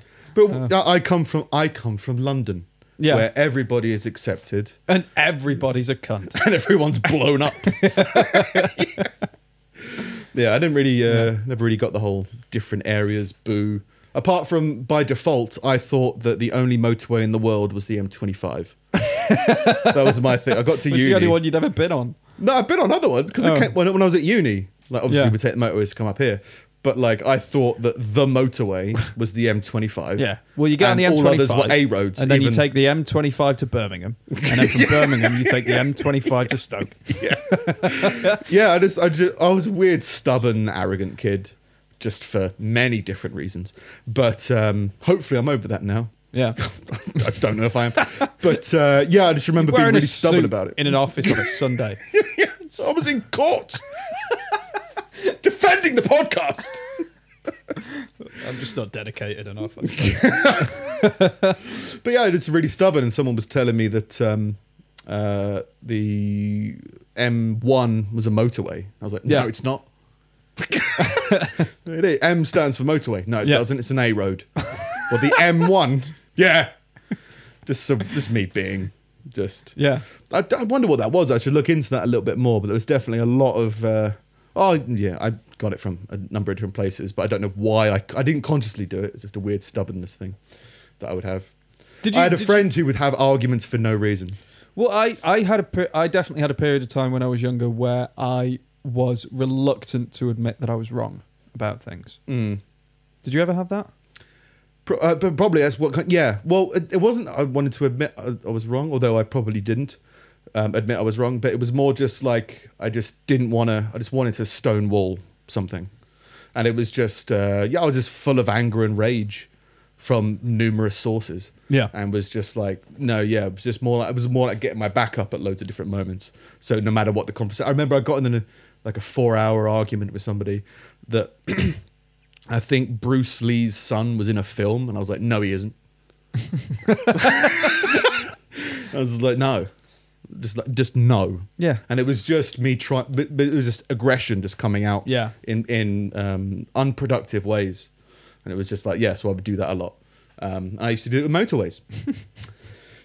S1: but I I come from I come from London,
S2: Yeah.
S1: where everybody is accepted.
S2: And everybody's a cunt.
S1: and everyone's blown up. yeah, I didn't really, uh, never really got the whole different areas boo. Apart from by default, I thought that the only motorway in the world was the M25. that was my thing. I got to
S2: It's
S1: uni.
S2: the only one you'd ever been on.
S1: No, I've been on other ones because
S2: Oh.
S1: came when, when I was at uni. Like obviously
S2: Yeah.
S1: we take the motorways to come up here, but like I thought that the motorway was the M25.
S2: Yeah. Well, you get on
S1: And
S2: the M25.
S1: All others were A roads.
S2: And then
S1: even-
S2: you take the M25 to Birmingham. And then from Birmingham, you take the M25 to Stoke.
S1: Yeah, I just, I just, I was a weird, stubborn, arrogant kid, just for many different reasons. But um, hopefully, I'm over that now.
S2: Yeah.
S1: I don't know if I am, but uh, yeah, I just remember being
S2: Wearing
S1: really
S2: a
S1: stubborn
S2: suit
S1: about it.
S2: In an office on a Sunday.
S1: I was in court defending the podcast.
S2: I'm just not dedicated enough.
S1: But yeah, it's really stubborn, and someone was telling me that um, uh, the M1 was a motorway. I was like, no,
S2: Yeah.
S1: it's not. it is. M stands for motorway. No, it
S2: Yeah.
S1: doesn't. It's an A road. but the M1, yeah. Just, some, just me being just.
S2: yeah.
S1: I, I wonder what that was. I should look into that a little bit more. But there was definitely a lot of. Uh, oh yeah, I got it from a number of different places, but I don't know why I I didn't consciously do it. It's just a weird stubbornness thing that I would have.
S2: Did
S1: I had a
S2: did
S1: friend who would have arguments for no reason.
S2: Well, I, I had a per- I definitely had a period of time when I was younger where I was reluctant to admit that I was wrong about things.
S1: Mm.
S2: Did you ever have that?
S1: Pro- uh, but probably that's what. kind- Yeah. Well, it, it wasn't. that I wanted to admit uh, I, I was wrong, although I probably didn't um, admit I was wrong. But it was more just like I just didn't want to. I just wanted to stonewall something, and it was just uh, yeah. I was just full of anger and rage from numerous sources.
S2: Yeah.
S1: And was just like no, yeah. It was just more. Like, it was more like getting my back up at loads of different moments. So no matter what the conversation, I remember I got in a, like a four-hour argument with somebody that I think Bruce Lee's son was in a film, and I was like, no, he isn't. I was like, no, just like, just no.
S2: Yeah.
S1: And it was just me trying, but, but it was just aggression just coming out.
S2: Yeah.
S1: In in um, unproductive ways, and it was just like, yeah, so I would do that a lot. Um, I used to do it with motorways.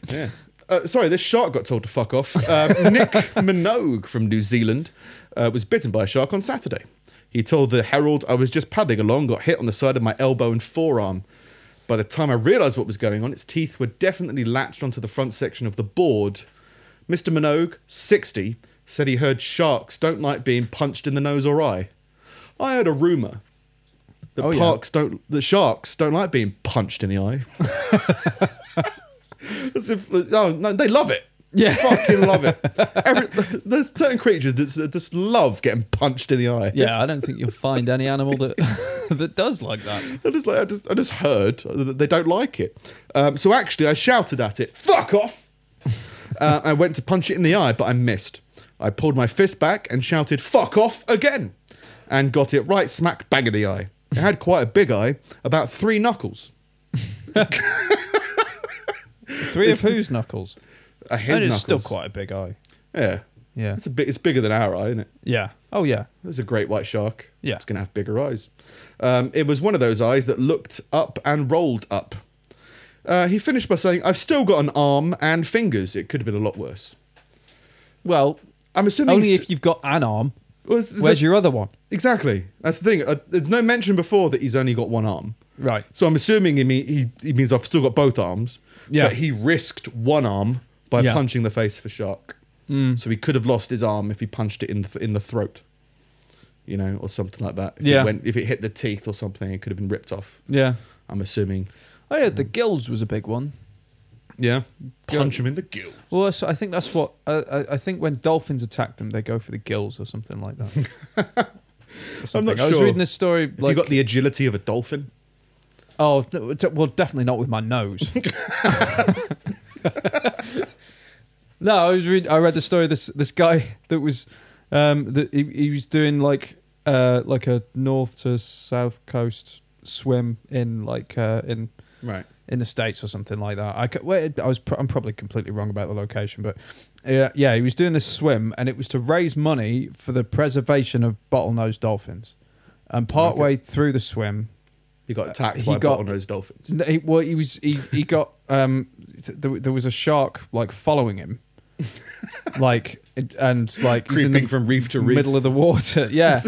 S1: yeah. Uh, sorry, this shark got told to fuck off. Um, Nick Minogue from New Zealand uh, was bitten by a shark on Saturday. He told the Herald, I was just paddling along, got hit on the side of my elbow and forearm. By the time I realised what was going on, its teeth were definitely latched onto the front section of the board. Mr. Minogue, 60, said he heard sharks don't like being punched in the nose or eye. I heard a rumour that
S2: Oh, yeah.
S1: parks don't, that sharks don't like being punched in the eye. As if, oh, no, they love it.
S2: Yeah.
S1: Fucking love it. Every, there's certain creatures that s- just love getting punched in the eye.
S2: Yeah, I don't think you'll find any animal that that does like that.
S1: I just like I just I just heard that they don't like it. Um, so actually, I shouted at it, "Fuck off!" Uh, I went to punch it in the eye, but I missed. I pulled my fist back and shouted, "Fuck off!" again, and got it right smack bang in the eye. It had quite a big eye, about three knuckles.
S2: Three of whose knuckles?
S1: Uh, his
S2: and it's
S1: knuckles.
S2: still quite a big eye.
S1: Yeah,
S2: Yeah.
S1: it's a bit. It's bigger than our eye, isn't it?
S2: Yeah. Oh yeah.
S1: There's a great white shark.
S2: Yeah.
S1: It's going to have bigger eyes. Um, it was one of those eyes that looked up and rolled up. Uh, he finished by saying, I've still got an arm and fingers. It could have been a lot worse.
S2: Well,
S1: I'm assuming.
S2: only
S1: he's-
S2: if you've got an arm.
S1: was the-
S2: Where's your other one?
S1: Exactly. That's the thing. Uh, there's no mention before that he's only got one arm.
S2: Right.
S1: So I'm assuming he, mean, he, he means I've still got both arms.
S2: Yeah.
S1: But he risked one arm by
S2: Yeah. Mm.
S1: punching the face for shark. So he could have lost his arm if he punched it in the, in the throat, you know, or something like that. If
S2: Yeah.
S1: It went, if it hit the teeth or something, it could have been ripped off.
S2: Yeah.
S1: I'm assuming.
S2: I heard Oh, the gills was a big one.
S1: Yeah. Punch him in the gill.
S2: Well, that's- I think that's what I, I, I think when dolphins attack them, they go for the gills or something like that. Or something. I was
S1: sure.
S2: reading this story.
S1: Have
S2: like,
S1: you got the agility of a dolphin?
S2: oh no, t- well, definitely not with my nose. no, I was read. I read the story. Of this this guy that was um that he, he was doing like uh like a north to south coast swim in like uh in
S1: Right.
S2: in the states or something like that. I ca- well, I was pr- I'm probably completely wrong about the location, but yeah, yeah, he was doing this swim and it was to raise money for the preservation of bottlenose dolphins. And partway through the swim,
S1: He got attacked
S2: he
S1: by
S2: got-
S1: bottlenose dolphins.
S2: n- he, well, he was he, he got um there, there was a shark like following him, like it- and like he's in the
S1: Creeping from reef to reef.
S2: middle of the water. Yeah.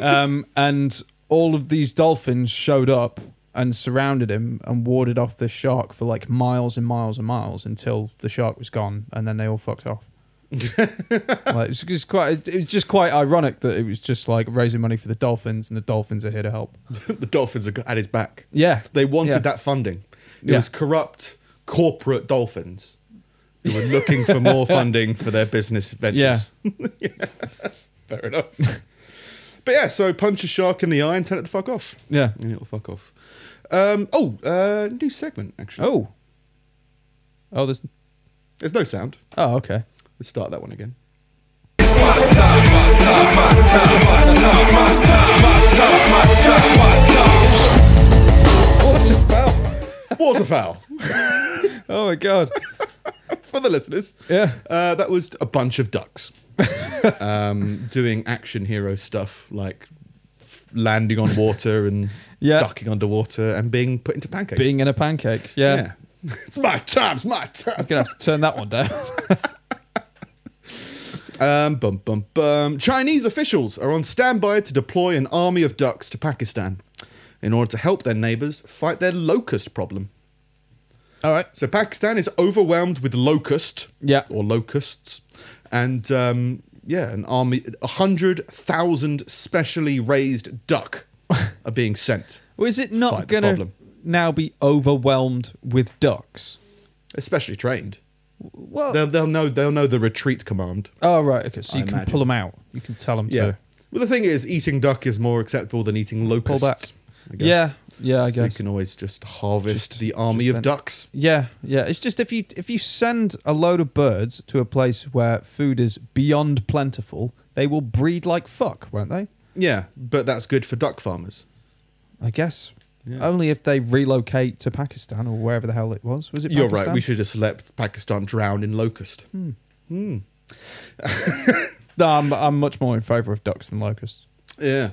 S2: um, and all of these dolphins showed up and surrounded him and warded off this shark for like miles and miles and miles until the shark was gone and then they all fucked off. like, it was just quite it was just quite ironic that it was just like raising money for the dolphins and the dolphins are here to help.
S1: the dolphins are at his back.
S2: Yeah.
S1: They wanted
S2: Yeah.
S1: that funding. It
S2: Yeah.
S1: was corrupt corporate dolphins who were looking for more funding for their business ventures. Yeah. Fair enough. But yeah, so punch a shark in the eye and tell it to fuck off.
S2: Yeah.
S1: And it'll fuck off. Um, oh, uh, new segment, actually.
S2: Oh. Oh there's
S1: There's no sound.
S2: Oh, okay.
S1: Let's start that one again. Waterfowl. Waterfowl.
S2: Oh my god.
S1: For the listeners.
S2: Yeah.
S1: Uh, that was a bunch of ducks um, doing action hero stuff like f- landing on water and
S2: Yeah.
S1: ducking underwater and being put into pancakes.
S2: Being in a pancake. Yeah.
S1: yeah. it's my time, it's my time.
S2: I'm gonna have to turn that one down.
S1: Um, bum, bum, bum. Chinese officials are on standby to deploy an army of ducks to Pakistan in order to help their neighbours fight their locust problem.
S2: all right.
S1: So Pakistan is overwhelmed with locust,
S2: Yeah.
S1: or locusts, and um, yeah, an army, hundred thousand specially raised duck are being sent,
S2: Well, is it
S1: Fight
S2: not
S1: the
S2: going to
S1: problem.
S2: now be overwhelmed with ducks?
S1: especially trained.
S2: Well,
S1: They'll, they'll know they'll know the retreat command.
S2: oh right, okay. So
S1: I
S2: you can pull 'em pull
S1: imagine.
S2: them out. You can tell them
S1: Yeah.
S2: to.
S1: Well, the thing is, eating duck is more acceptable than eating
S2: Pull back.
S1: locusts. I guess.
S2: Yeah, yeah, I
S1: So you
S2: guess.
S1: can always just harvest
S2: Just-
S1: the army
S2: just
S1: of
S2: then-
S1: ducks.
S2: Yeah, yeah. It's just if you if you send a load of birds to a place where food is beyond plentiful, they will breed like fuck, won't they?
S1: Yeah, but that's good for duck farmers.
S2: I guess.
S1: Yeah.
S2: Only if they relocate to Pakistan or wherever the hell it was. Was it?
S1: You're right.
S2: Pakistan? Hmm.
S1: We should just let Pakistan drown in locust. Hmm.
S2: No, I'm, I'm much more in favour of ducks than locusts.
S1: Yeah.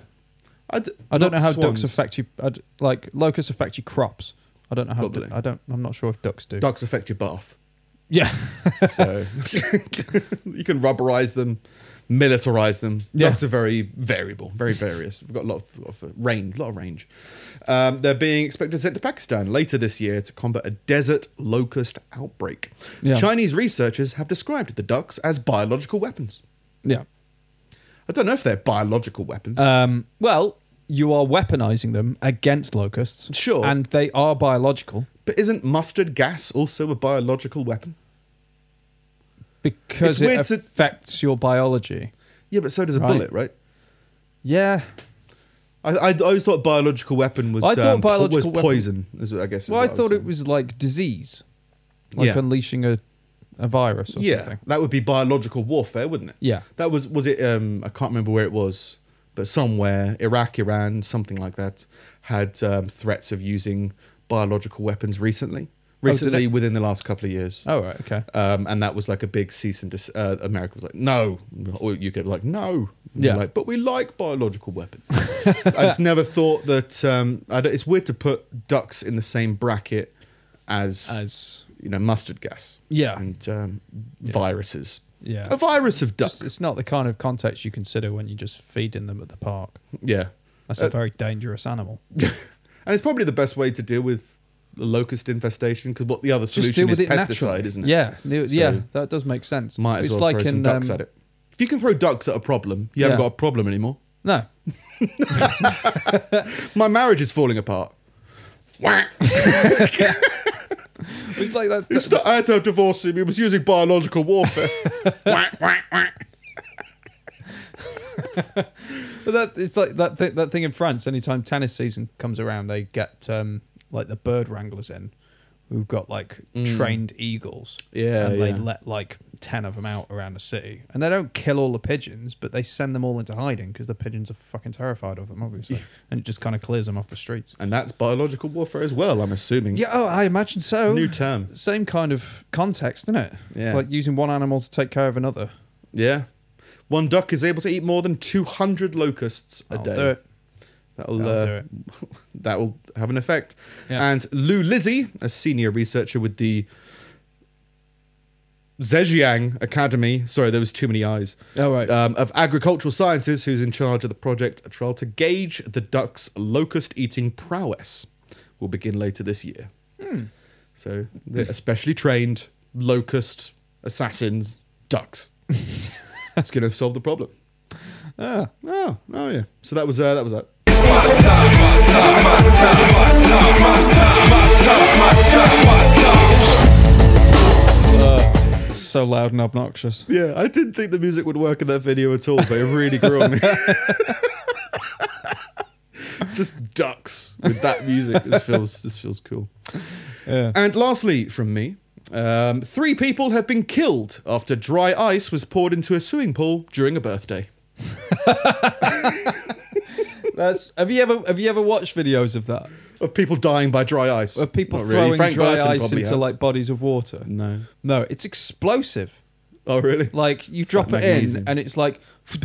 S1: I d-
S2: I don't
S1: not
S2: know how
S1: swans.
S2: ducks affect you. I d like locusts affect your crops. I don't know how.
S1: Probably.
S2: I don't. I'm not sure if ducks do.
S1: Ducks affect your bath.
S2: yeah.
S1: So you can rubberize them, militarize them.
S2: Yeah.
S1: Ducks are very variable, very various. We've got a lot of, of range, lot of range. Um, they're being expected sent to Pakistan later this year to combat a desert locust outbreak.
S2: Yeah.
S1: Chinese researchers have described the ducks as biological weapons.
S2: Yeah.
S1: I don't know if they're biological weapons.
S2: Um, well, you are weaponizing them against locusts.
S1: Sure.
S2: And they are biological
S1: But isn't mustard gas also a biological weapon? It's
S2: because
S1: weird
S2: it
S1: to-
S2: affects your biology.
S1: Yeah, but so does a
S2: Right.
S1: bullet, right?
S2: Yeah.
S1: I, I always thought biological weapon was,
S2: I thought
S1: um, po-
S2: biological
S1: was
S2: weapon-
S1: poison, is what I guess. is
S2: Well, I
S1: what
S2: thought it
S1: saying.
S2: was like disease, like
S1: Yeah.
S2: unleashing a, a virus or
S1: yeah,
S2: something.
S1: that would be biological warfare, wouldn't it?
S2: Yeah.
S1: That was was it? Um, I can't remember where it was, but somewhere Iraq, Iran, something like that, had um, threats of using biological weapons recently.
S2: Oh, did
S1: Recently,
S2: it?
S1: within the last couple of years,
S2: Oh, right. Okay.
S1: um, and that was like a big cease and dis- uh, America was like, no, or UK was like, no, And
S2: Yeah.
S1: we're like, but we like biological weapons. I just never thought that. Um, I don't- it's weird to put ducks in the same bracket as
S2: As
S1: you know mustard gas
S2: yeah,
S1: and um, viruses.
S2: yeah.
S1: A virus of Oh, duck.
S2: Just- it's not the kind of context you consider when you're just feeding them at the park.
S1: Yeah.
S2: That's
S1: Uh,
S2: a very dangerous animal.
S1: And it's probably the best way to deal with the locust infestation because what the other
S2: Just
S1: solution
S2: deal
S1: is
S2: with it
S1: pesticide,
S2: naturally.
S1: isn't it?
S2: Yeah, no- yeah,
S1: So-
S2: that does make sense.
S1: Might as
S2: it's
S1: well
S2: like
S1: throw
S2: in
S1: some ducks
S2: um,
S1: at it. If you can throw ducks at a problem, you haven't
S2: Yeah.
S1: got a problem anymore.
S2: No,
S1: My marriage is falling apart. Whack.
S2: it's like that.
S1: It's not- I had to divorce him. He was using biological warfare. Whack, whack, whack.
S2: But that it's like that th- that thing in France. Anytime tennis season comes around, they get um, like the bird wranglers in, who've got like
S1: Mm.
S2: trained eagles.
S1: Yeah,
S2: and they
S1: yeah.
S2: let like ten of them out around the city, and they don't kill all the pigeons, but they send them all into hiding because the pigeons are fucking terrified of them, obviously, and it just kind of clears them off the streets.
S1: And that's biological warfare as well, I'm assuming.
S2: Yeah, oh, I imagine so.
S1: New term.
S2: Same kind of context, isn't it?
S1: Yeah.
S2: like using one animal to take care of another.
S1: Yeah. One duck is able to eat more than 200 locusts a
S2: I'll
S1: day.
S2: do it.
S1: That'll,
S2: I'll
S1: uh,
S2: do it.
S1: that will have an effect.
S2: Yeah.
S1: And Lou Lizzie, a senior researcher with the Zhejiang Academy, sorry, there was too many eyes,
S2: All oh, right.
S1: um, of agricultural sciences, who's in charge of the project, trial to gauge the duck's locust eating prowess will begin later this year.
S2: Hmm.
S1: So they're especially trained locust assassins ducks. it's going to solve the problem.
S2: Ah.
S1: Oh, oh yeah. So that was uh, that was that.
S2: So loud and obnoxious.
S1: Yeah, I didn't think the music would work in that video at all, but it really grew on me. Just ducks with that music. This feels this feels cool.
S2: Yeah.
S1: And lastly, from me, um, three people have been killed after dry ice was poured into a swimming pool during a birthday.
S2: That's. Have you ever have you ever watched videos of that?
S1: Of people dying by dry ice.
S2: Of people
S1: Not really.
S2: throwing
S1: Frank
S2: dry
S1: Burton
S2: ice
S1: probably
S2: into
S1: has.
S2: like bodies of water?
S1: no.
S2: No, it's explosive.
S1: Oh really?
S2: Like you drop
S1: like
S2: it
S1: magnesium.
S2: in and it's like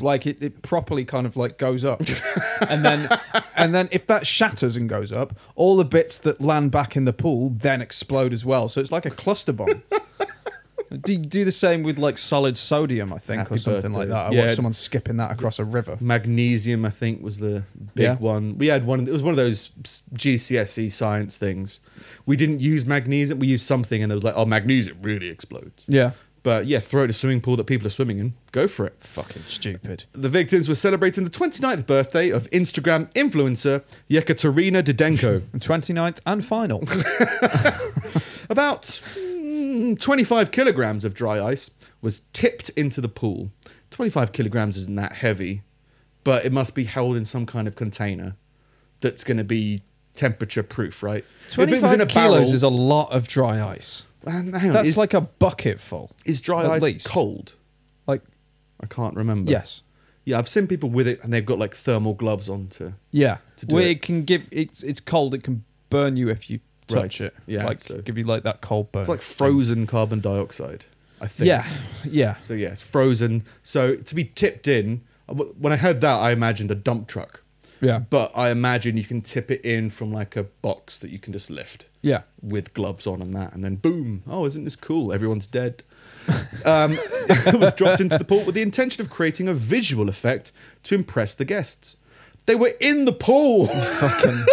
S2: like it, it properly kind of like goes up. and then and then if that shatters and goes up, all the bits that land back in the pool then explode as well. So it's like a cluster bomb. Do, do the same with like solid sodium, I think,
S1: Happy
S2: or something like
S1: birthday.
S2: that. I
S1: Yeah.
S2: watched someone skipping that across a river.
S1: Magnesium, I think, was the big
S2: Yeah.
S1: one. We had one. It was one of those GCSE E science things. We didn't use magnesium. We used something, and it was like, "Oh, magnesium really explodes."
S2: Yeah,
S1: But yeah, throw it in a swimming pool that people are swimming in. Go for it.
S2: fucking stupid.
S1: The victims were celebrating the 29th birthday of Instagram influencer Yekaterina Didenko.
S2: And 29th and final.
S1: About mm, 25 kilograms of dry ice was tipped into the pool. 25 kilograms isn't that heavy, but it must be held in some kind of container that's going to be temperature proof, right? If it was
S2: 25
S1: in a
S2: kilos
S1: barrel-
S2: is a lot of dry ice.
S1: Man, hang on,
S2: That's
S1: is,
S2: like a bucket full.
S1: is dry
S2: at
S1: ice
S2: least.
S1: cold?
S2: Like,
S1: I can't remember.
S2: yes.
S1: Yeah, I've seen people with it and they've got like thermal gloves on to
S2: Yeah.
S1: do
S2: Where
S1: it.
S2: it. can give, it's, it's cold, it can burn you if you touch
S1: Right.
S2: it.
S1: Yeah,
S2: Like,
S1: so-
S2: give you like that cold burn.
S1: It's like frozen carbon dioxide, I think.
S2: yeah. Yeah.
S1: So yeah, it's frozen. So to be tipped in, uh, when I heard that, I imagined a dump truck.
S2: Yeah.
S1: But I imagine you can tip it in from like a box that you can just lift
S2: Yeah.
S1: with gloves on and that, and then boom! Oh, isn't this cool? Everyone's dead. Um, it was dropped into the pool with the intention of creating a visual effect to impress the guests. They were in the pool.
S2: Fucking.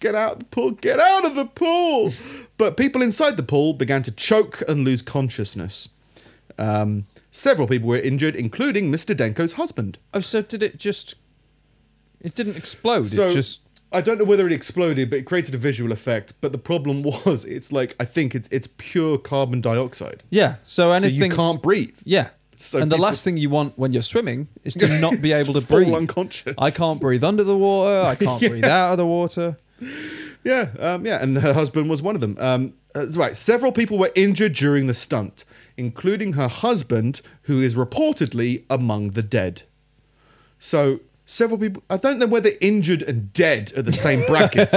S1: get out of the pool, get out of the pool. But people inside the pool began to choke and lose consciousness. Um, several people were injured, including Mr. Denko's husband.
S2: oh, so did it just. It didn't explode.
S1: So
S2: it just.
S1: I don't know whether it exploded, but it created a visual effect. But the problem was, it's like I think it's it's pure carbon dioxide,
S2: Yeah. So
S1: so you
S2: anything.
S1: can't breathe.
S2: yeah.
S1: So
S2: and the
S1: people-
S2: last thing you want when you're swimming is to not be able to
S1: Fall
S2: breathe.
S1: unconscious.
S2: I can't breathe under the water. I can't breathe out of the water.
S1: Yeah, um, yeah, and her husband was one of them. Um, uh, right, several people were injured during the stunt, including her husband, who is reportedly among the dead. So several people. I don't know whether injured and dead are the same brackets.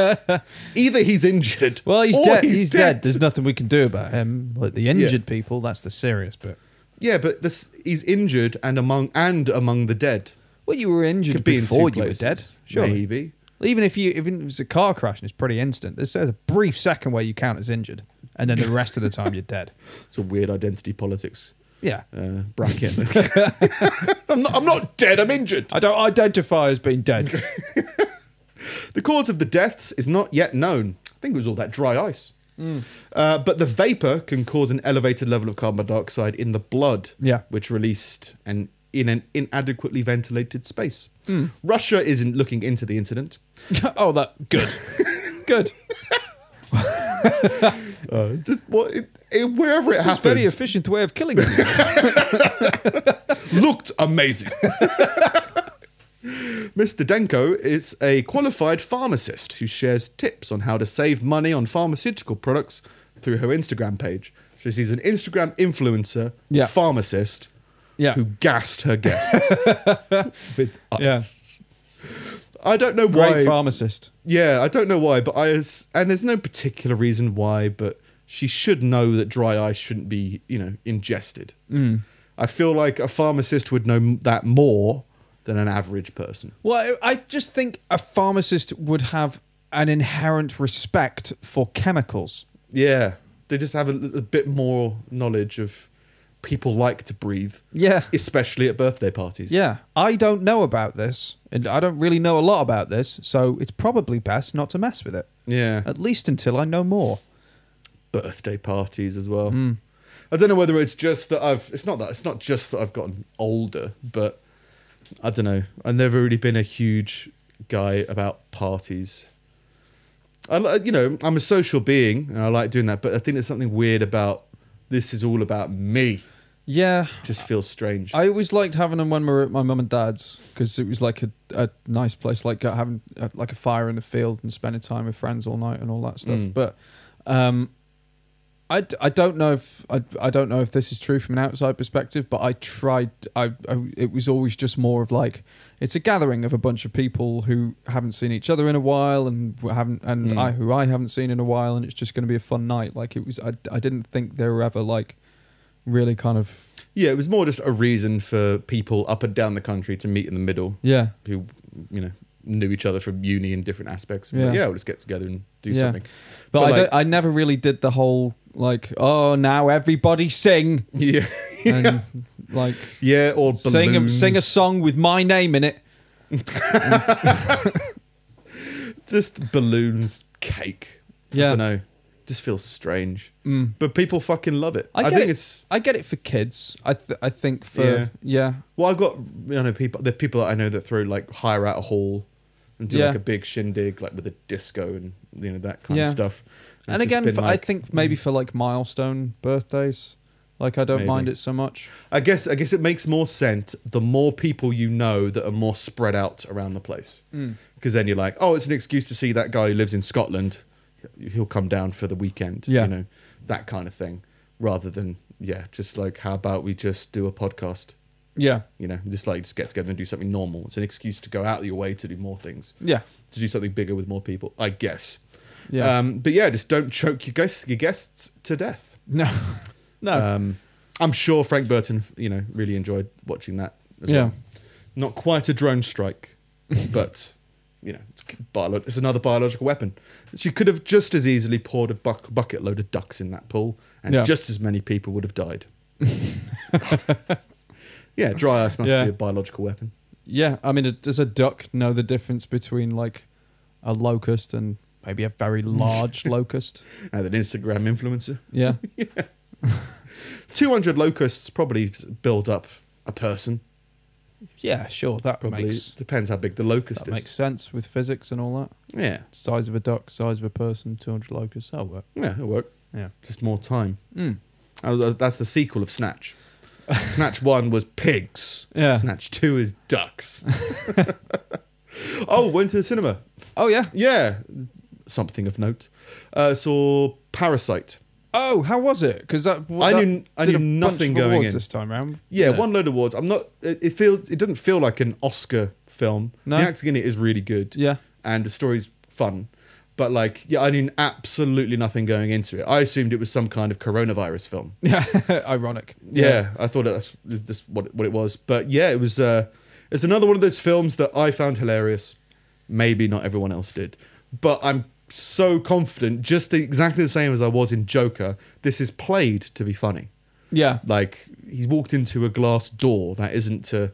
S1: Either he's injured.
S2: Well, he's
S1: or
S2: dead. He's, dead. There's nothing we can do about him. But the injured people, that's the serious bit.
S1: yeah, but this he's injured and among and among the dead.
S2: Well, you were injured
S1: Could be in
S2: before
S1: two
S2: you were
S1: places.
S2: dead. Sure.
S1: Maybe.
S2: Even if you, even if it's a car crash and it's pretty instant, there's there's a brief second where you count as injured, and then the rest of the time you're dead.
S1: It's a weird identity politics
S2: Yeah.
S1: uh, bracket. I'm, not, I'm not dead. I'm injured.
S2: I don't identify as being dead.
S1: The cause of the deaths is not yet known. I think it was all that dry ice.
S2: Hmm.
S1: Uh, but the vapor can cause an elevated level of carbon dioxide in the blood,
S2: Yeah.
S1: which released and in an inadequately ventilated space.
S2: Hmm.
S1: Russia isn't looking into the incident.
S2: oh, that good, good.
S1: Uh, just, what, it, it- wherever it
S2: It's a very
S1: happened,
S2: efficient way of killing you.
S1: looked amazing. Mr. Denko is a qualified pharmacist who shares tips on how to save money on pharmaceutical products through her Instagram page. So she's an Instagram influencer,
S2: Yeah.
S1: pharmacist,
S2: Yeah.
S1: who gassed her guests with
S2: Yeah.
S1: ice. I don't know
S2: Great
S1: why.
S2: pharmacist.
S1: yeah, I don't know why, but I as- and there's no particular reason why, but she should know that dry ice shouldn't be, you know, ingested.
S2: Mm.
S1: I feel like a pharmacist would know m- that more than an average person.
S2: Well, I I just think a pharmacist would have an inherent respect for chemicals.
S1: Yeah, they just have a, l- a bit more knowledge of people like to breathe,
S2: Yeah.
S1: especially at birthday parties.
S2: Yeah. I don't know about this, and I don't really know a lot about this, so it's probably best not to mess with it,
S1: Yeah.
S2: at least until I know more.
S1: birthday parties as well.
S2: Hmm.
S1: I don't know whether it's just that I've. It's not that. It's not just that I've gotten older, but I don't know. I've never really been a huge guy about parties. I, li- you know, I'm a social being and I like doing that, but I think there's something weird about this. Is all about me.
S2: Yeah.
S1: Just feels strange.
S2: I always liked having them when we were at my mum and dad's because it was like a, a nice place, like uh, having uh, like a fire in the field and spending time with friends all night and all that stuff.
S1: Mm.
S2: But um, I, d- I don't know if I, I don't know if this is true from an outside perspective, but I tried. I, I it was always just more of like it's a gathering of a bunch of people who haven't seen each other in a while and w- haven't and
S1: Mm.
S2: I who I haven't seen in a while, and it's just going to be a fun night. Like it was, I, I didn't think they were ever like really kind of
S1: yeah, it was more just a reason for people up and down the country to meet in the middle
S2: yeah.
S1: who you know knew each other from uni in different aspects. Yeah,
S2: Yeah.
S1: like, yeah, we'll just get together and do
S2: Yeah.
S1: something.
S2: But,
S1: But,
S2: I,
S1: like-
S2: don't, I never really did the whole like oh now everybody sing
S1: Yeah.
S2: and like
S1: Yeah, or balloons.
S2: sing a, sing a song with my name in it.
S1: just balloons cake. I
S2: Yeah,
S1: don't know. Just feels strange,
S2: Mm.
S1: but people fucking love it.
S2: I
S1: I,
S2: get
S1: think
S2: it.
S1: it's
S2: I get it for kids. I th- I think for
S1: Yeah.
S2: yeah.
S1: well. I've got you know people. The people that I know that throw like hire out a hall and do like
S2: Yeah.
S1: a big shindig, like with a disco and you know that kind of
S2: Yeah.
S1: stuff. It's
S2: And
S1: just
S2: again,
S1: been
S2: for, I
S1: like- mm.
S2: think maybe for like milestone birthdays, like I don't
S1: Maybe.
S2: mind it so much.
S1: I guess I guess it makes more sense the more people you know that are more spread out around the place.
S2: Mm.
S1: Because then you're like, oh, it's an excuse to see that guy who lives in Scotland. He'll come down for the weekend.
S2: Yeah.
S1: You know, that kind of thing. Rather than, yeah, just like, how about we just do a podcast?
S2: Yeah,
S1: You know, just like just get together and do something normal. It's an excuse to go out of your way to do more things,
S2: yeah,
S1: to do something bigger with more people, I guess.
S2: yeah.
S1: Um, but yeah, just don't choke your guests, your guests to death.
S2: no, no.
S1: Um, I'm sure Frank Burton, you know, really enjoyed watching that as
S2: Yeah.
S1: well. Not quite a drone strike, but you know, it's bio- it's another biological weapon. She could have just as easily poured a buck- bucket load of ducks in that pool, and
S2: Yeah.
S1: just as many people would have died. yeah, dry ice must
S2: Yeah.
S1: be a biological weapon.
S2: yeah, I mean, does a duck know the difference between like a locust and maybe a very large locust?
S1: And Uh, an Instagram influencer,
S2: Yeah.
S1: 200 locusts probably build up a person.
S2: Yeah, sure. That
S1: Probably
S2: makes
S1: depends how big the locust
S2: that
S1: is.
S2: makes sense with physics and all that.
S1: yeah,
S2: Size of a duck, size of a person, two hundred Oh, locusts. That'll work.
S1: yeah, it'll work.
S2: Yeah.
S1: Just more time.
S2: Mm.
S1: Oh, tha- that's the sequel of Snatch. Snatch one was pigs.
S2: Yeah.
S1: Snatch two is ducks. oh, went to the cinema.
S2: Oh yeah.
S1: Yeah, something of note. Uh, saw Parasite.
S2: Oh, how was it? Because that
S1: I
S2: that
S1: knew I
S2: did
S1: knew
S2: a bunch
S1: nothing
S2: of
S1: going
S2: awards
S1: in.
S2: this time round.
S1: Yeah, one load of awards. I'm not. It, it feels. It doesn't feel like an Oscar film.
S2: No.
S1: The acting in it is really good.
S2: Yeah.
S1: and the story's fun. But like, yeah, I knew absolutely nothing going into it. I assumed it was some kind of coronavirus film.
S2: Yeah. Ironic.
S1: Yeah, I thought that's just what what it was. But yeah, it was. Uh, it's another one of those films that I found hilarious. Maybe not everyone else did, but I'm so confident, just the, exactly the same as I was in Joker. This is played to be funny.
S2: Yeah.
S1: Like he's walked into a glass door that isn't to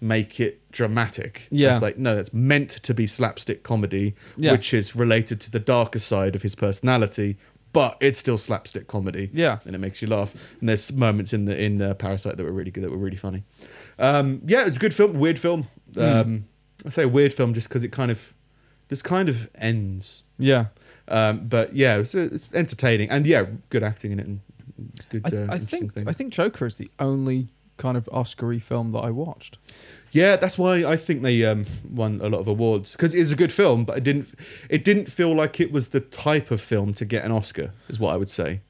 S1: make it dramatic.
S2: Yeah.
S1: it's like no, that's meant to be slapstick comedy,
S2: Yeah.
S1: which is related to the darker side of his personality, but it's still slapstick comedy
S2: Yeah.
S1: and it makes you laugh. And there's moments in the in uh, Parasite that were really good, that were really funny. Um, yeah, it was a good film, weird film.
S2: Hmm.
S1: Um, I say weird film just because it kind of just kind of ends.
S2: Yeah.
S1: Um, but yeah, it was, it's entertaining and yeah, good acting in it and it's good.
S2: I, th-
S1: uh,
S2: I
S1: interesting
S2: think
S1: thing.
S2: I think Joker is the only kind of Oscar-y film that I watched.
S1: yeah, that's why I think they um, won a lot of awards because it is a good film, but it didn't it didn't feel like it was the type of film to get an Oscar, is what I would say.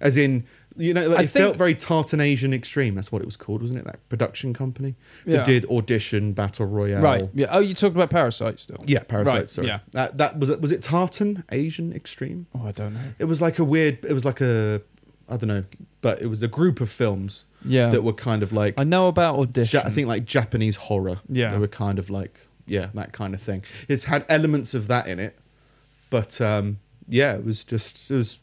S1: As in, you know, like
S2: I
S1: it
S2: think-
S1: felt very Tartan Asian Extreme. That's what it was called, wasn't it? That production company
S2: Yeah.
S1: that did audition Battle Royale.
S2: Right. Yeah. Oh, you talked about Parasite still.
S1: Yeah, Parasite.
S2: Right,
S1: sorry.
S2: yeah.
S1: That that was it. Was it Tartan Asian Extreme?
S2: Oh, I don't know.
S1: It was like a weird. It was like a I don't know, but it was a group of films
S2: Yeah.
S1: that were kind of like
S2: I know about audition.
S1: Ja- I think like Japanese horror.
S2: Yeah.
S1: They were kind of like, yeah, that kind of thing. It's had elements of that in it. But um, yeah, it was just, it was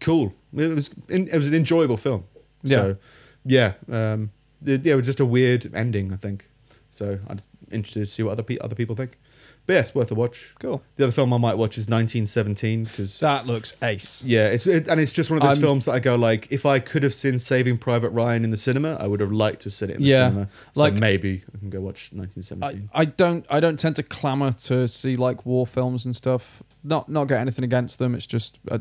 S1: cool. It was, in, it was an enjoyable film.
S2: Yeah.
S1: So yeah, um, th- yeah, it was just a weird ending, I think. So I'm just interested to see what other pe- other people think. But yeah, it's worth a watch.
S2: Cool.
S1: The other film I might watch is 1917 because
S2: That looks ace.
S1: yeah, it's it, and it's just one of those
S2: I'm-
S1: films that I go like, if I could have seen Saving Private Ryan in the cinema, I would have liked to have seen it in the
S2: Yeah,
S1: cinema. So
S2: like-
S1: maybe I can go watch
S2: I,
S1: 1917.
S2: I don't I don't tend to clamour to see like war films and stuff. Not not get anything against them. It's just uh,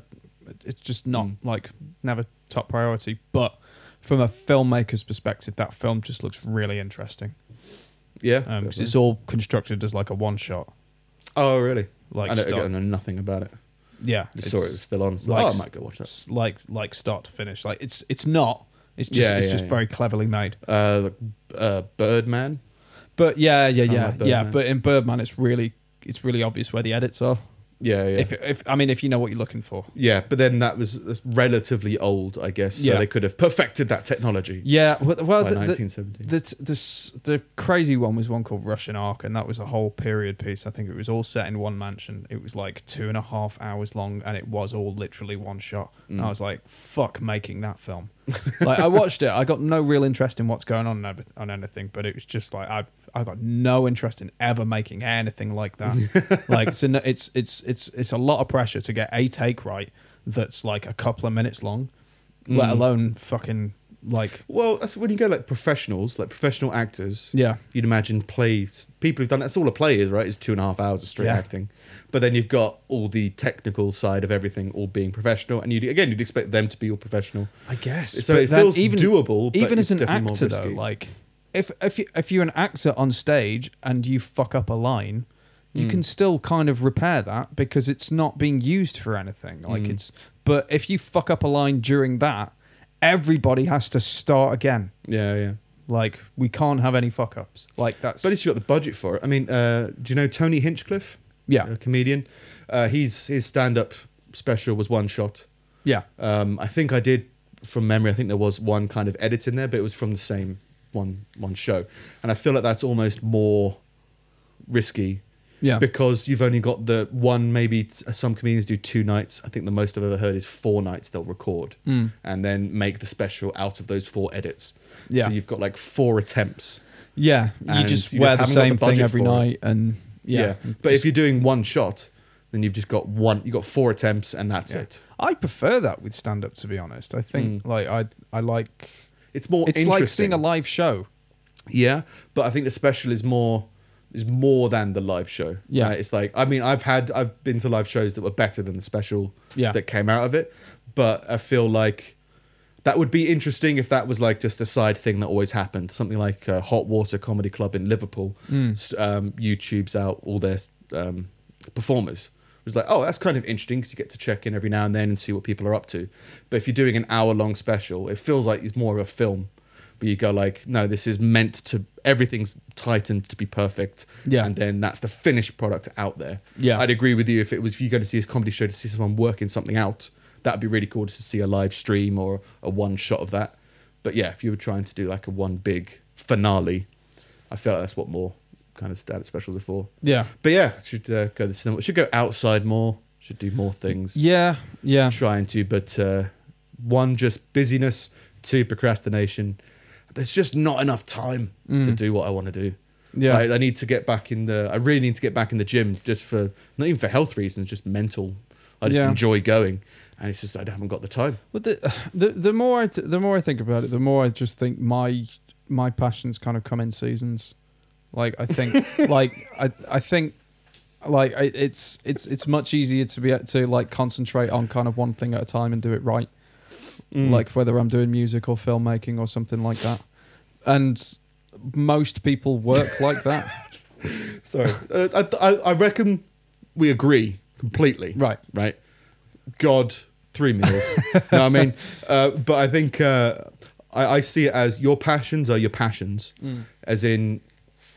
S2: it's just not
S1: Mm.
S2: like never top priority. But from a filmmaker's perspective, that film just looks really interesting
S1: yeah,
S2: because
S1: fair
S2: um, it's
S1: play.
S2: all constructed as like a one shot.
S1: oh really?
S2: Like
S1: I, don't,
S2: start,
S1: I know nothing about it.
S2: yeah,
S1: Just saw it was still on. So
S2: like-
S1: oh, I might go watch that.
S2: it's like like start to finish. Like it's it's not. It's just
S1: Yeah,
S2: it's
S1: yeah,
S2: just
S1: yeah.
S2: very cleverly made.
S1: Uh, uh, Birdman.
S2: But yeah, yeah,
S1: Kinda
S2: yeah,
S1: like
S2: yeah.
S1: Birdman.
S2: But in Birdman, it's really it's really obvious where the edits are.
S1: Yeah, yeah.
S2: If if I mean if you know what you're looking for.
S1: Yeah, but then that was that's relatively old, I guess. So
S2: Yeah.
S1: they could have perfected that technology
S2: Yeah, well, the- well
S1: by
S2: the, the,
S1: 1917.
S2: the, the s- the crazy one was one called Russian Ark, and that was a whole period piece. I think it was all set in one mansion. It was like two and a half hours long, and it was all literally one shot. And I was like, "Fuck making that film." like I watched it, I got no real interest in what's going on and everyth- on anything, but it was just like I I got no interest in ever making anything like that. like so, no, it's it's it's it's a lot of pressure to get a take right that's like a couple of minutes long, let alone fucking like
S1: well, that's when you go like professionals, like professional actors.
S2: yeah.
S1: You'd imagine plays people who've done that's all a play is, right? It's two and a half hours of straight
S2: Yeah.
S1: acting, but then you've got all the technical side of everything all being professional, and you would again you'd expect them to be all professional.
S2: I guess.
S1: So
S2: but
S1: it
S2: then
S1: feels doable, but
S2: even
S1: it's
S2: as an
S1: definitely more
S2: actor, though,
S1: risky.
S2: like if if you, if you're an actor on stage and you fuck up a line, you
S1: Hmm.
S2: can still kind of repair that because it's not being used for anything.
S1: Hmm.
S2: Like it's. But if you fuck up a line during that, everybody has to start again.
S1: Yeah, yeah.
S2: Like we can't have any fuck ups. Like that's.
S1: But at least you got the budget for it. I mean, uh, do you know Tony Hinchcliffe?
S2: yeah,
S1: A comedian. Uh, he's his stand-up special was one shot.
S2: yeah,
S1: Um, I think I did from memory. I think there was one kind of edit in there, but it was from the same one one show, and I feel like that's almost more risky
S2: yeah.
S1: because you've only got the one. Maybe t- some comedians do two nights. I think the most I've ever heard is four nights. They'll record
S2: Hmm.
S1: and then make the special out of those four edits.
S2: Yeah.
S1: so you've got like four attempts.
S2: yeah, you
S1: and
S2: just
S1: you
S2: wear
S1: just
S2: the
S1: haven't got
S2: same
S1: the
S2: thing
S1: budget
S2: every
S1: for it.
S2: night, and yeah. Mm.
S1: Yeah, but if you're doing one shot, then you've just got one. You've got four attempts, and that's it.
S2: I prefer that with stand up, to be honest. I think like I I like
S1: It's more.
S2: it's
S1: interesting.
S2: like seeing a live show.
S1: Yeah, but I think the special is more is more than the live show.
S2: Yeah.
S1: right? it's like I mean I've had I've been to live shows that were better than the special
S2: Yeah.
S1: that came out of it, but I feel like that would be interesting if that was like just a side thing that always happened. Something like uh, Hot Water Comedy Club in Liverpool, s- um, YouTube's out all their um, performers. It was like, oh, that's kind of interesting because you get to check in every now and then and see what people are up to. But if you're doing an hour long special, it feels like it's more of a film. But you go like, no, this is meant to. Everything's tightened to be perfect.
S2: Yeah.
S1: and then that's the finished product out there.
S2: Yeah.
S1: I'd agree with you if it was if you go to see this comedy show to see someone working something out, that'd be really cool just to see a live stream or a one shot of that. But yeah, if you were trying to do like a one big finale, I feel like that's what more kind of stand specials are for.
S2: Yeah.
S1: But yeah, should uh, go to the cinema. Should go outside more. Should do more things.
S2: Yeah. Yeah.
S1: Trying to, but uh, one just busyness, two procrastination. There's just not enough time to
S2: Mm.
S1: do what I want to do.
S2: Yeah.
S1: I, I need to get back in the. I really need to get back in the gym, just for not even for health reasons, just mental. I just
S2: Yeah.
S1: enjoy going, and it's just I haven't got the time.
S2: But the, the the more I the more I think about it, the more I just think my my passions kind of come in seasons. Like I think like I I think like I, it's it's it's much easier to be able to like concentrate on kind of one thing at a time and do it right. Like whether I'm doing music or filmmaking or something like that. And most people work like that.
S1: Sorry, uh, I, I, I reckon we agree completely.
S2: Right.
S1: right? God, three meals. no, I mean, uh, but I think uh, I, I see it as your passions are your passions,
S2: Mm.
S1: as in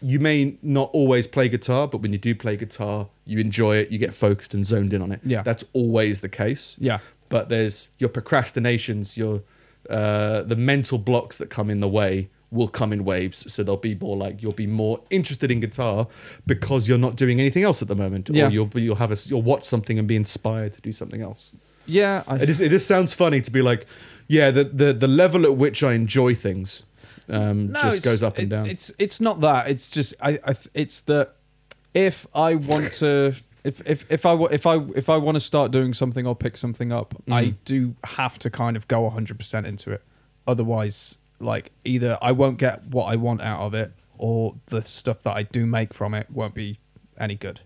S1: you may not always play guitar, but when you do play guitar, you enjoy it, you get focused and zoned in on it.
S2: Yeah.
S1: that's always the case.
S2: Yeah.
S1: but there's your procrastinations, your uh, the mental blocks that come in the way will come in waves so they'll be more like you'll be more interested in guitar because you're not doing anything else at the moment
S2: Yeah.
S1: or you'll be- you'll have a s- you'll watch something and be inspired to do something else
S2: Yeah, I,
S1: It is. It just sounds funny to be like, yeah, the the, the level at which I enjoy things um, just
S2: it's-
S1: goes up and
S2: it-
S1: down.
S2: It's it's not that. It's just I, I th- it's that if I want to if if if I wa- if I if I want to start doing something or pick something up,
S1: Mm.
S2: I do have to kind of go 100% into it. Otherwise, like either I won't get what I want out of it or the stuff that I do make from it won't be any good.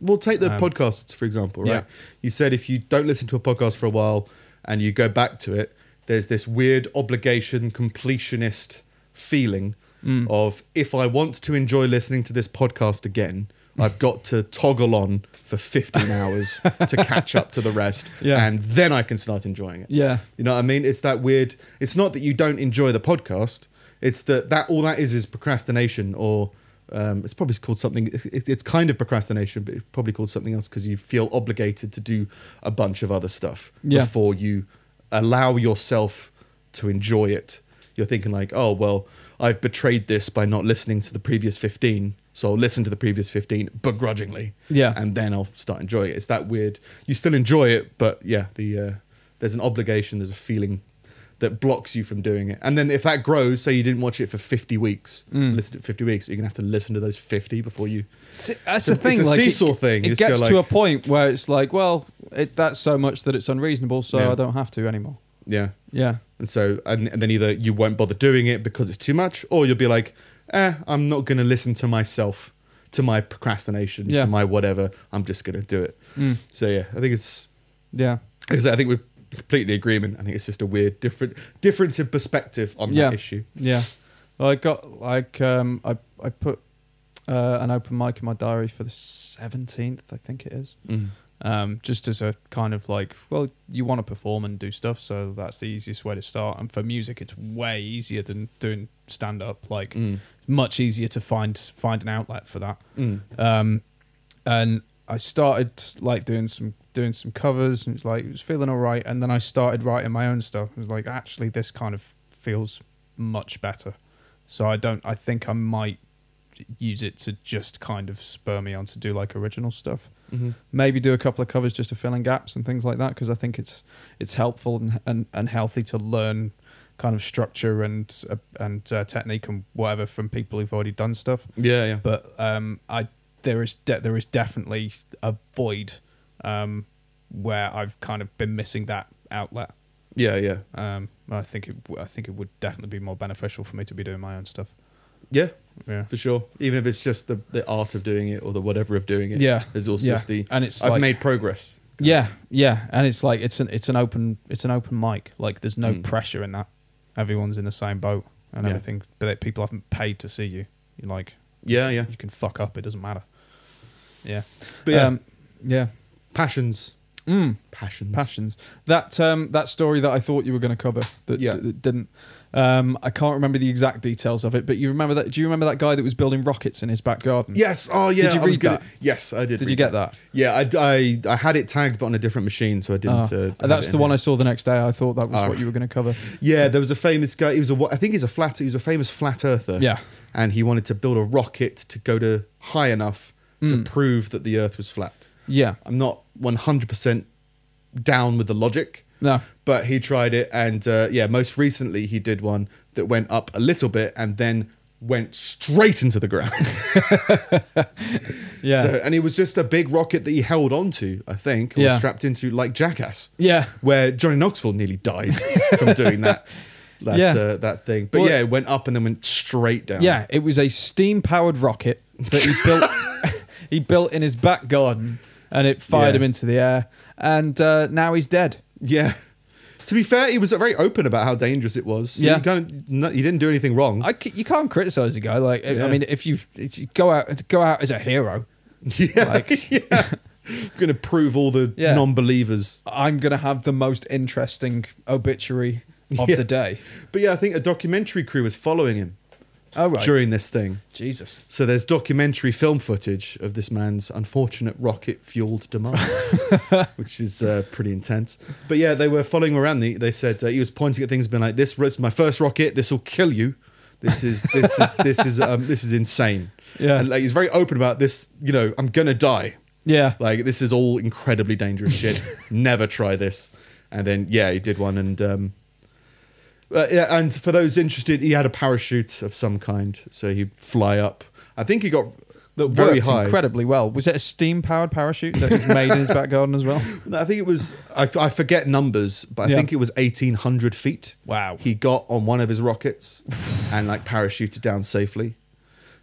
S1: We'll take the podcasts for example, right?
S2: Um, yeah.
S1: You said if you don't listen to a podcast for a while and you go back to it, there's this weird obligation completionist feeling
S2: Mm.
S1: of if I want to enjoy listening to this podcast again, I've got to toggle on for 15 hours to catch up to the rest,
S2: Yeah.
S1: and then I can start enjoying it.
S2: Yeah.
S1: You know what I mean? It's that weird. It's not that you don't enjoy the podcast. It's that that all that is is procrastination, or um, it's probably called something. It's, it- it's kind of procrastination, but it's probably called something else because you feel obligated to do a bunch of other stuff
S2: Yeah.
S1: before you allow yourself to enjoy it. You're thinking like, oh well, I've betrayed this by not listening to the previous fifteen, so I'll listen to the previous fifteen begrudgingly
S2: Yeah.
S1: and then I'll start enjoying it. It's that weird. You still enjoy it, but yeah, the uh, there's an obligation, there's a feeling that blocks you from doing it. And then if that grows, say you didn't watch it for 50 weeks,
S2: Mm.
S1: listen to it 50 weeks, you're gonna have to listen to those 50 before you.
S2: See, that's
S1: It's
S2: the thing.
S1: a
S2: like, it-
S1: seesaw thing.
S2: It
S1: It's
S2: gets
S1: go
S2: to a
S1: like-
S2: point where it's like, well, it, that's so much that it's unreasonable, so
S1: Yeah.
S2: I don't have to anymore.
S1: Yeah.
S2: Yeah.
S1: And so, and, and then either you won't bother doing it because it's too much, or you'll be like, eh, I'm not going to listen to myself, to my procrastination,
S2: Yeah.
S1: to my whatever. I'm just going to do it. So, yeah, I think it's,
S2: Mm. Yeah.
S1: because I think we're completely agreement. I think it's just a weird, different, difference in perspective on
S2: Yeah.
S1: that issue.
S2: Yeah. Well, I got like um I I put uh, an open mic in my diary for the seventeenth, I think it is.
S1: Mm,
S2: Um, just as a kind of like, well, you want to perform and do stuff, so that's the easiest way to start. And for music, it's way easier than doing stand up. Like,
S1: Mm.
S2: much easier to find find an outlet for that.
S1: mm.
S2: Um, and I started like doing some doing some covers, and it's like it was feeling all right. And then I started writing my own stuff. It was like actually this kind of feels much better. So I don't. I think I might use it to just kind of spur me on to do like original stuff.
S1: Mm-hmm.
S2: Maybe do a couple of covers just to fill in gaps and things like that because I think it's it's helpful and and, and healthy to learn kind of structure and uh, and uh, technique and whatever from people who've already done stuff
S1: Yeah, yeah.
S2: but um, I there is de- there is definitely a void um, where I've kind of been missing that outlet.
S1: Yeah, yeah.
S2: Um, I think it w- I think it would definitely be more beneficial for me to be doing my own stuff.
S1: Yeah,
S2: Yeah,
S1: for sure. Even if it's just the, the art of doing it or the whatever of doing it.
S2: yeah.
S1: There's also
S2: yeah.
S1: just the
S2: and it's
S1: I've
S2: like
S1: made progress.
S2: yeah yeah, and it's like it's an it's an open it's an open mic. Like there's no
S1: Mm.
S2: pressure in that. Everyone's in the same boat and
S1: Yeah.
S2: everything. But people haven't paid to see you. You're like
S1: Yeah, yeah.
S2: you can fuck up. It doesn't matter. Yeah.
S1: But yeah,
S2: Um, yeah.
S1: passions.
S2: Mm.
S1: Passions.
S2: passions. That um, that story that I thought you were going to cover that,
S1: Yeah.
S2: that didn't. Um, I can't remember the exact details of it, but you remember that? Do you remember that guy that was building rockets in his back garden?
S1: Yes. Oh, yeah.
S2: Did you
S1: I was
S2: read
S1: gonna-
S2: that?
S1: Yes, I did.
S2: Did you
S1: read
S2: get that?
S1: Yeah, I, I, I had it tagged, but on a different machine, so I didn't.
S2: Oh.
S1: uh, have
S2: that's
S1: it
S2: the
S1: in
S2: one
S1: here.
S2: I saw the next day. I thought that was
S1: Oh.
S2: what you were going to cover.
S1: Yeah, there was a famous guy. He was a. wa- I think he's a flat. He was a famous flat earther.
S2: Yeah.
S1: and he wanted to build a rocket to go to high enough
S2: Hmm.
S1: to prove that the Earth was flat.
S2: Yeah.
S1: I'm not 100% down with the logic,
S2: No.
S1: but he tried it. And uh, yeah, most recently he did one that went up a little bit and then went straight into the ground.
S2: Yeah.
S1: So, and it was just a big rocket that he held onto, I think, or
S2: Yeah.
S1: strapped into like Jackass,
S2: yeah.
S1: where Johnny Knoxville nearly died from doing that. That,
S2: Yeah.
S1: uh, that thing. But
S2: Well-
S1: yeah, it went up and then went straight down.
S2: Yeah. It was a steam-powered rocket that he built. he built in his back garden, and it fired
S1: Yeah.
S2: him into the air. And uh, now he's dead.
S1: Yeah. To be fair, he was very open about how dangerous it was.
S2: Yeah.
S1: He, kind of, no, he didn't do anything wrong.
S2: I c- you can't criticize a guy like I-
S1: Yeah.
S2: I mean if you, if you go out go out as a hero
S1: yeah.
S2: like-
S1: yeah. going to prove all the
S2: Yeah.
S1: non believers.
S2: I'm gonna have the most interesting obituary of
S1: Yeah.
S2: the day.
S1: But yeah, I think a documentary crew was following him
S2: Oh right,
S1: during this thing.
S2: Jesus.
S1: So there's documentary film footage of this man's unfortunate rocket fueled demise, which is uh, pretty intense. But yeah, they were following around. They, they said uh, he was pointing at things, being like, "This is my first rocket. This will kill you. This is this is, this is um, this is insane."
S2: Yeah.
S1: and like he's very open about this. You know, I'm gonna die.
S2: Yeah.
S1: Like this is all incredibly dangerous shit. Never try this. And then yeah, he did one, and um, uh, yeah, and for those interested, he had a parachute of some kind, so he'd fly up. I think he got
S2: That
S1: very
S2: worked
S1: high.
S2: incredibly well. Was it a steam powered parachute that he's made in his back garden as well?
S1: I think it was I, I forget numbers, but I
S2: Yeah.
S1: think it was eighteen hundred feet.
S2: Wow.
S1: He got on one of his rockets and like parachuted down safely.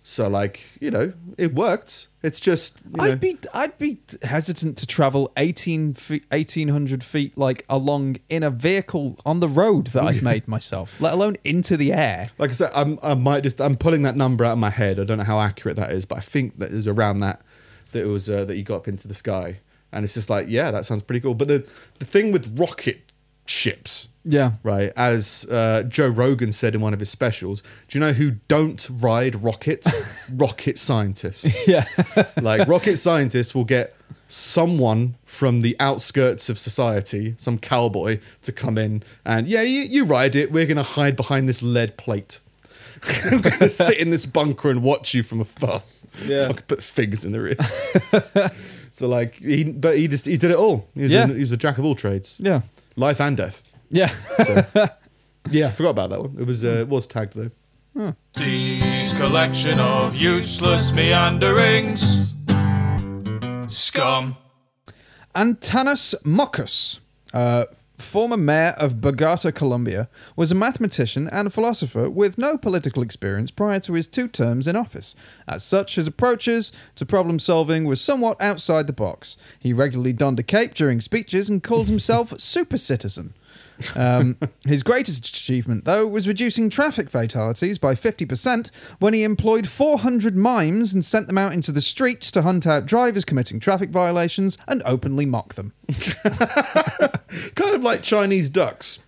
S1: So like you know, it worked. It's just you know,
S2: I'd be I'd be hesitant to travel 18 feet, 1800 feet like along in a vehicle on the road that I've made myself, let alone into the air.
S1: like I said, I'm, I might just I'm pulling that number out of my head. I don't know how accurate that is, but I think that it was around that that it was uh, that he got up into the sky, and it's just like yeah, that sounds pretty cool. But the the thing with rocket ships,
S2: Yeah.
S1: right? As uh, Joe Rogan said in one of his specials, do you know who don't ride rockets? rocket scientists.
S2: Yeah.
S1: like rocket scientists will get someone from the outskirts of society, some cowboy, to come in and yeah, you, you ride it. We're gonna hide behind this lead plate. I'm gonna sit in this bunker and watch you from afar.
S2: Yeah.
S1: Fuck, put figs in the wrist. so like, he, but he just he did it all. He was,
S2: Yeah.
S1: a, he was a jack of all trades,
S2: Yeah.
S1: life and death.
S2: Yeah.
S1: So, yeah, I forgot about that one. It was uh, it was tagged though.
S3: Steve's collection of useless meanderings. Scum.
S2: Antanas Mokas, uh, former mayor of Bogota, Colombia, was a mathematician and philosopher with no political experience prior to his two terms in office. As such, his approaches to problem solving were somewhat outside the box. He regularly donned a cape during speeches and called himself Super Citizen. Um, his greatest achievement, though, was reducing traffic fatalities by 50% when he employed 400 mimes and sent them out into the streets to hunt out drivers committing traffic violations and openly mock them.
S1: Kind of like Chinese ducks.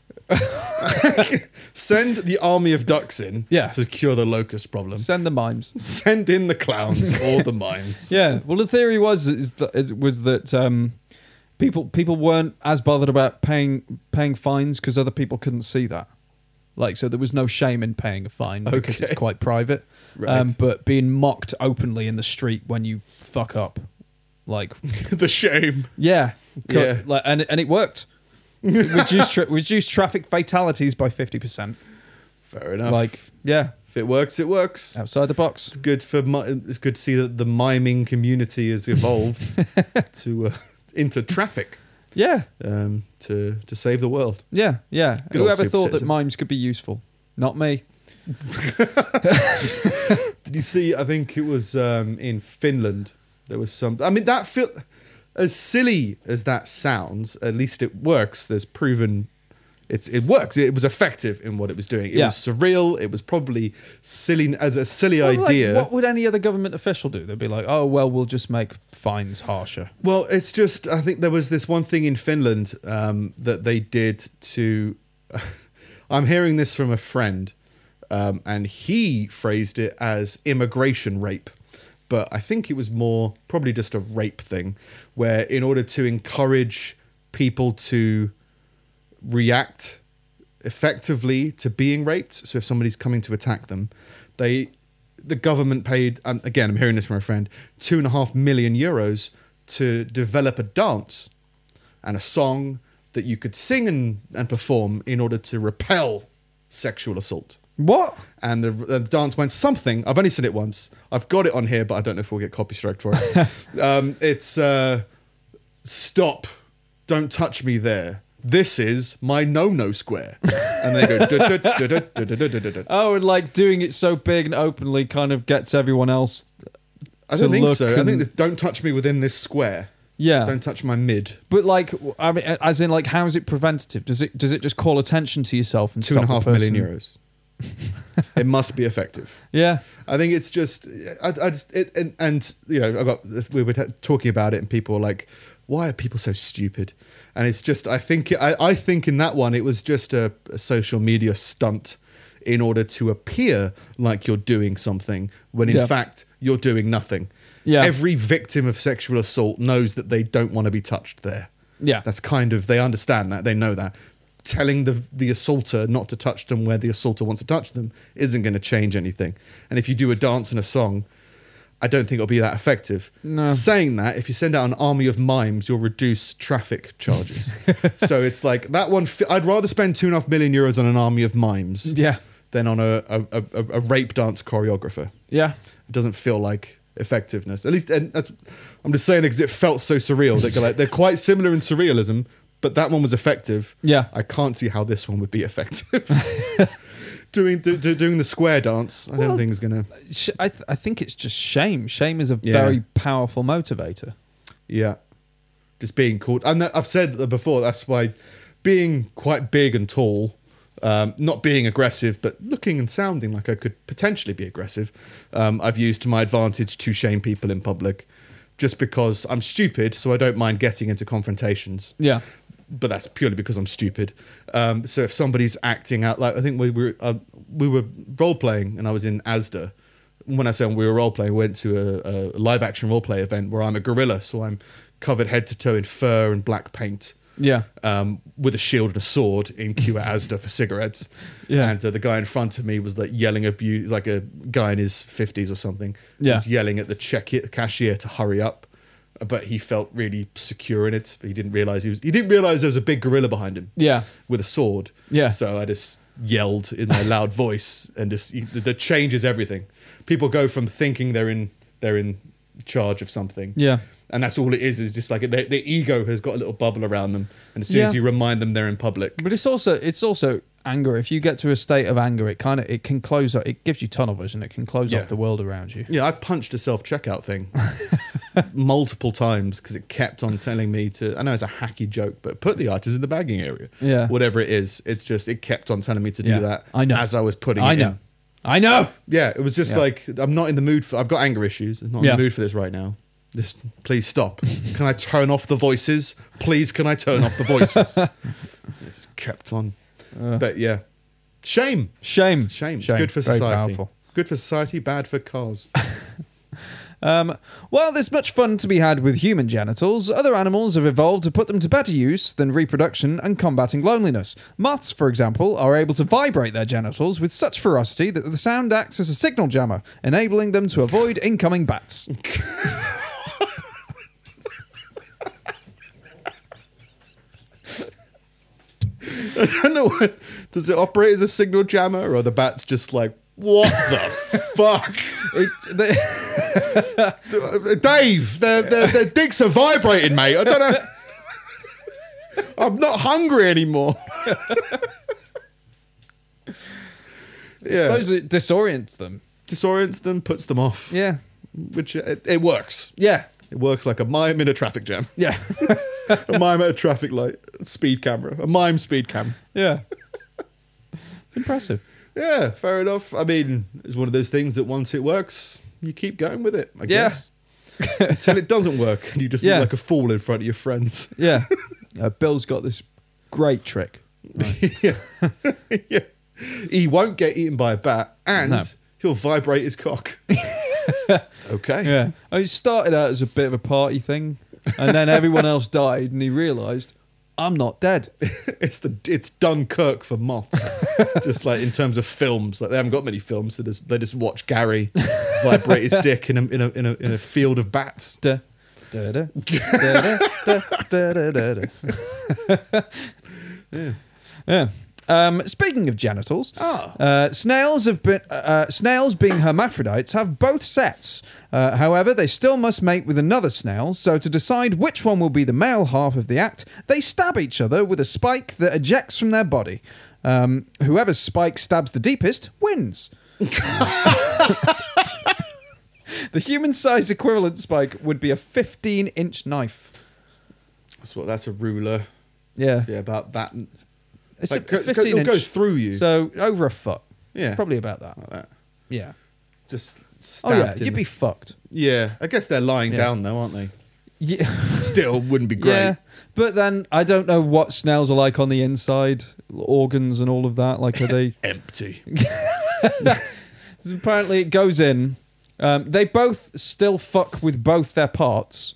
S1: Send the army of ducks in
S2: Yeah.
S1: to cure the locust problem.
S2: Send the mimes.
S1: Send in the clowns or the mimes.
S2: Yeah. Well, the theory was is that is- was that um, people people weren't as bothered about paying paying fines because other people couldn't see that. Like, so there was no shame in paying a fine because it's
S1: Okay.
S2: quite private. Um,
S1: Right.
S2: but being mocked openly in the street when you fuck up, like,
S1: the shame.
S2: yeah, Co-
S1: Yeah.
S2: like, and and it worked. It reduced tra- reduced traffic fatalities by fifty percent.
S1: Fair enough.
S2: Like, yeah,
S1: if it works, it works.
S2: outside the box.
S1: It's good for mi- it's good to see that the miming community has evolved to uh, into traffic
S2: Yeah,
S1: um, to to save the world.
S2: Yeah, yeah.
S1: Good old
S2: Whoever
S1: super
S2: thought that
S1: citizen.
S2: mimes could be useful? Not me.
S1: Did you see? I think it was um, in Finland. There was some. I mean, that feel as silly as that sounds. At least it works. There's proven. It's it works. It was effective in what it was doing. It
S2: Yeah.
S1: was surreal. It was probably silly as a silly
S2: Well, like,
S1: idea.
S2: what would any other government official do? They'd be like, "Oh well, we'll just make fines harsher."
S1: Well, it's just I think there was this one thing in Finland um, that they did to. I'm hearing this from a friend, um, and he phrased it as immigration rape, but I think it was more probably just a rape thing, where in order to encourage people to react effectively to being raped. So if somebody's coming to attack them, they the government paid and again I'm hearing this from a friend two and a half million euros to develop a dance and a song that you could sing and, and perform in order to repel sexual assault.
S2: What?
S1: And the, the dance went something. I've only seen it once. I've got it on here, but I don't know if we'll get copy strike for it. um, it's uh, stop, don't touch me there. This is my no-no square. And they go. "Du- du- du- du- du- du- du- du- du- du."
S2: Oh, and like doing it so big and openly kind of gets everyone else.
S1: I don't
S2: to
S1: think
S2: look
S1: so. I
S2: and-
S1: think this, don't touch me within this square.
S2: Yeah,
S1: Don't touch my mid.
S2: but like, w- I mean, as in, like, how is it preventative? Does it does it just call attention to yourself and
S1: Two and a
S2: stop
S1: half
S2: the
S1: million
S2: person-
S1: euros. it must be effective.
S2: Yeah,
S1: I think it's just, I, I just, it, and, and you know, I got this, we were t- talking about it, and people were like, "Why are people so stupid?" And it's just, I think, I, I think in that one, it was just a, a social media stunt in order to appear like you're doing something when in
S2: Yeah.
S1: fact you're doing nothing.
S2: Yeah.
S1: Every victim of sexual assault knows that they don't want to be touched there.
S2: Yeah.
S1: That's kind of they understand that they know that. Telling the the assaulter not to touch them where the assaulter wants to touch them isn't going to change anything. And if you do a dance and a song, I don't think it'll be that effective.
S2: No.
S1: Saying that, if you send out an army of mimes, you'll reduce traffic charges. so it's like that one. fi- I'd rather spend two and a half million euros on an army of mimes
S2: Yeah.
S1: than on a, a, a, a rape dance choreographer.
S2: Yeah.
S1: It doesn't feel like effectiveness. At least, and that's, I'm just saying it because it felt so surreal. That like, they're quite similar in surrealism, but that one was effective.
S2: Yeah.
S1: I can't see how this one would be effective. doing do, do- doing the square dance, I
S2: Well,
S1: don't think is gonna.
S2: Sh- I, th- I think it's just shame. Shame is a
S1: Yeah.
S2: very powerful motivator.
S1: Yeah, just being called. And that, I've said that before. That's why being quite big and tall. Um, not being aggressive, but looking and sounding like I could potentially be aggressive, um, I've used to my advantage to shame people in public, just because I'm stupid, so I don't mind getting into confrontations.
S2: Yeah.
S1: but that's purely because I'm stupid. Um, so if somebody's acting out like I think we were uh, we were role playing and I was in ASDA. When I said we were role playing, we went to a, a live action role play event where I'm a gorilla, so I'm covered head to toe in fur and black paint.
S2: Yeah.
S1: Um, with a shield and a sword in queue at Asda for cigarettes,
S2: Yeah.
S1: and uh, the guy in front of me was like yelling abuse, like a guy in his fifties or something,
S2: Yeah.
S1: was yelling at the check cashier to hurry up, but he felt really secure in it. But he didn't realize he was. He didn't realize there was a big gorilla behind him
S2: Yeah.
S1: with a sword.
S2: Yeah.
S1: So I just yelled in my loud voice, and just the the changes everything. People go from thinking they're in they're in charge of something,
S2: Yeah.
S1: and that's all it is is just like their, their ego has got a little bubble around them, and as soon as
S2: Yeah.
S1: you remind them they're in public,
S2: But it's also it's also anger. If you get to a state of anger, it kind of it can close. It gives you tunnel vision. It can close
S1: Yeah.
S2: off the world around you.
S1: Yeah, I punched a self checkout thing multiple times because it kept on telling me to. I know it's a hacky joke, but put the items in the bagging area.
S2: Yeah.
S1: Whatever it is, it's just, it kept on telling me to do
S2: Yeah,
S1: that
S2: I know.
S1: as I was putting
S2: I
S1: it
S2: know.
S1: in.
S2: I know.
S1: Yeah, it was just
S2: Yeah.
S1: like, I'm not in the mood for, I've got anger issues. I'm not
S2: Yeah.
S1: in the mood for this right now. Just please stop. can I turn off the voices? Please, can I turn off the voices? this is kept on. but yeah, shame.
S2: Shame.
S1: Shame.
S2: Uh.
S1: It's
S2: Shame.
S1: good for
S2: Very
S1: society.
S2: powerful.
S1: Good for society, bad for cars.
S2: Um, while there's much fun to be had with human genitals, other animals have evolved to put them to better use than reproduction and combating loneliness. Moths, for example, are able to vibrate their genitals with such ferocity that the sound acts as a signal jammer, enabling them to avoid incoming bats.
S1: I don't know. What, does it operate as a signal jammer, or are the bats just like, what the fuck,
S2: It, they-
S1: Dave? Their their, their dicks are vibrating, mate. I don't know. I'm not hungry anymore. yeah,
S2: suppose it disorients them.
S1: disorients them, puts them off.
S2: Yeah.
S1: which uh, it, it works.
S2: Yeah.
S1: It works like a mime in a traffic jam,
S2: Yeah.
S1: a mime at a traffic light, speed camera, a mime speed cam.
S2: yeah. It's impressive.
S1: Yeah, fair enough. I mean, it's one of those things that once it works, you keep going with it, I guess. Until it doesn't work and you just
S2: Yeah.
S1: look like a fool in front of your friends.
S2: Yeah. Uh, Bill's got this great trick.
S1: yeah. yeah. He won't get eaten by a bat and
S2: No.
S1: he'll vibrate his cock. okay.
S2: Yeah. And it started out as a bit of a party thing, and then everyone else died, and he realised, I'm not dead.
S1: It's the it's Dunkirk for moths. just like in terms of films. Like they haven't got many films, so just, they just watch Gary vibrate his dick in a in a in a, in a field of bats.
S2: Da, da, da, da, da, da, da, da, da. Yeah. Um, speaking of genitals,
S1: Ah.
S2: uh, snails have been uh, snails being hermaphrodites have both sets. Uh, however, they still must mate with another snail. So to decide which one will be the male half of the act, they stab each other with a spike that ejects from their body. Um, whoever's spike stabs the deepest wins. the human-sized equivalent spike would be a 15-inch knife.
S1: That's what that's a ruler.
S2: Yeah,
S1: Yeah, about that
S2: it's
S1: Like,
S2: a
S1: go- it's go-
S2: 15
S1: it'll go
S2: inch.
S1: through you.
S2: So over a foot.
S1: yeah,
S2: Probably about that.
S1: like that.
S2: Yeah.
S1: Just stabbed.
S2: Oh yeah,
S1: in
S2: you'd
S1: the-
S2: be fucked.
S1: yeah, I guess they're lying
S2: Yeah.
S1: down though, aren't they?
S2: Yeah.
S1: Still, wouldn't be great.
S2: Yeah. But then I don't know what snails are like on the inside, organs and all of that. Like are they?
S1: Empty.
S2: So apparently it goes in. Um, they both still fuck with both their parts.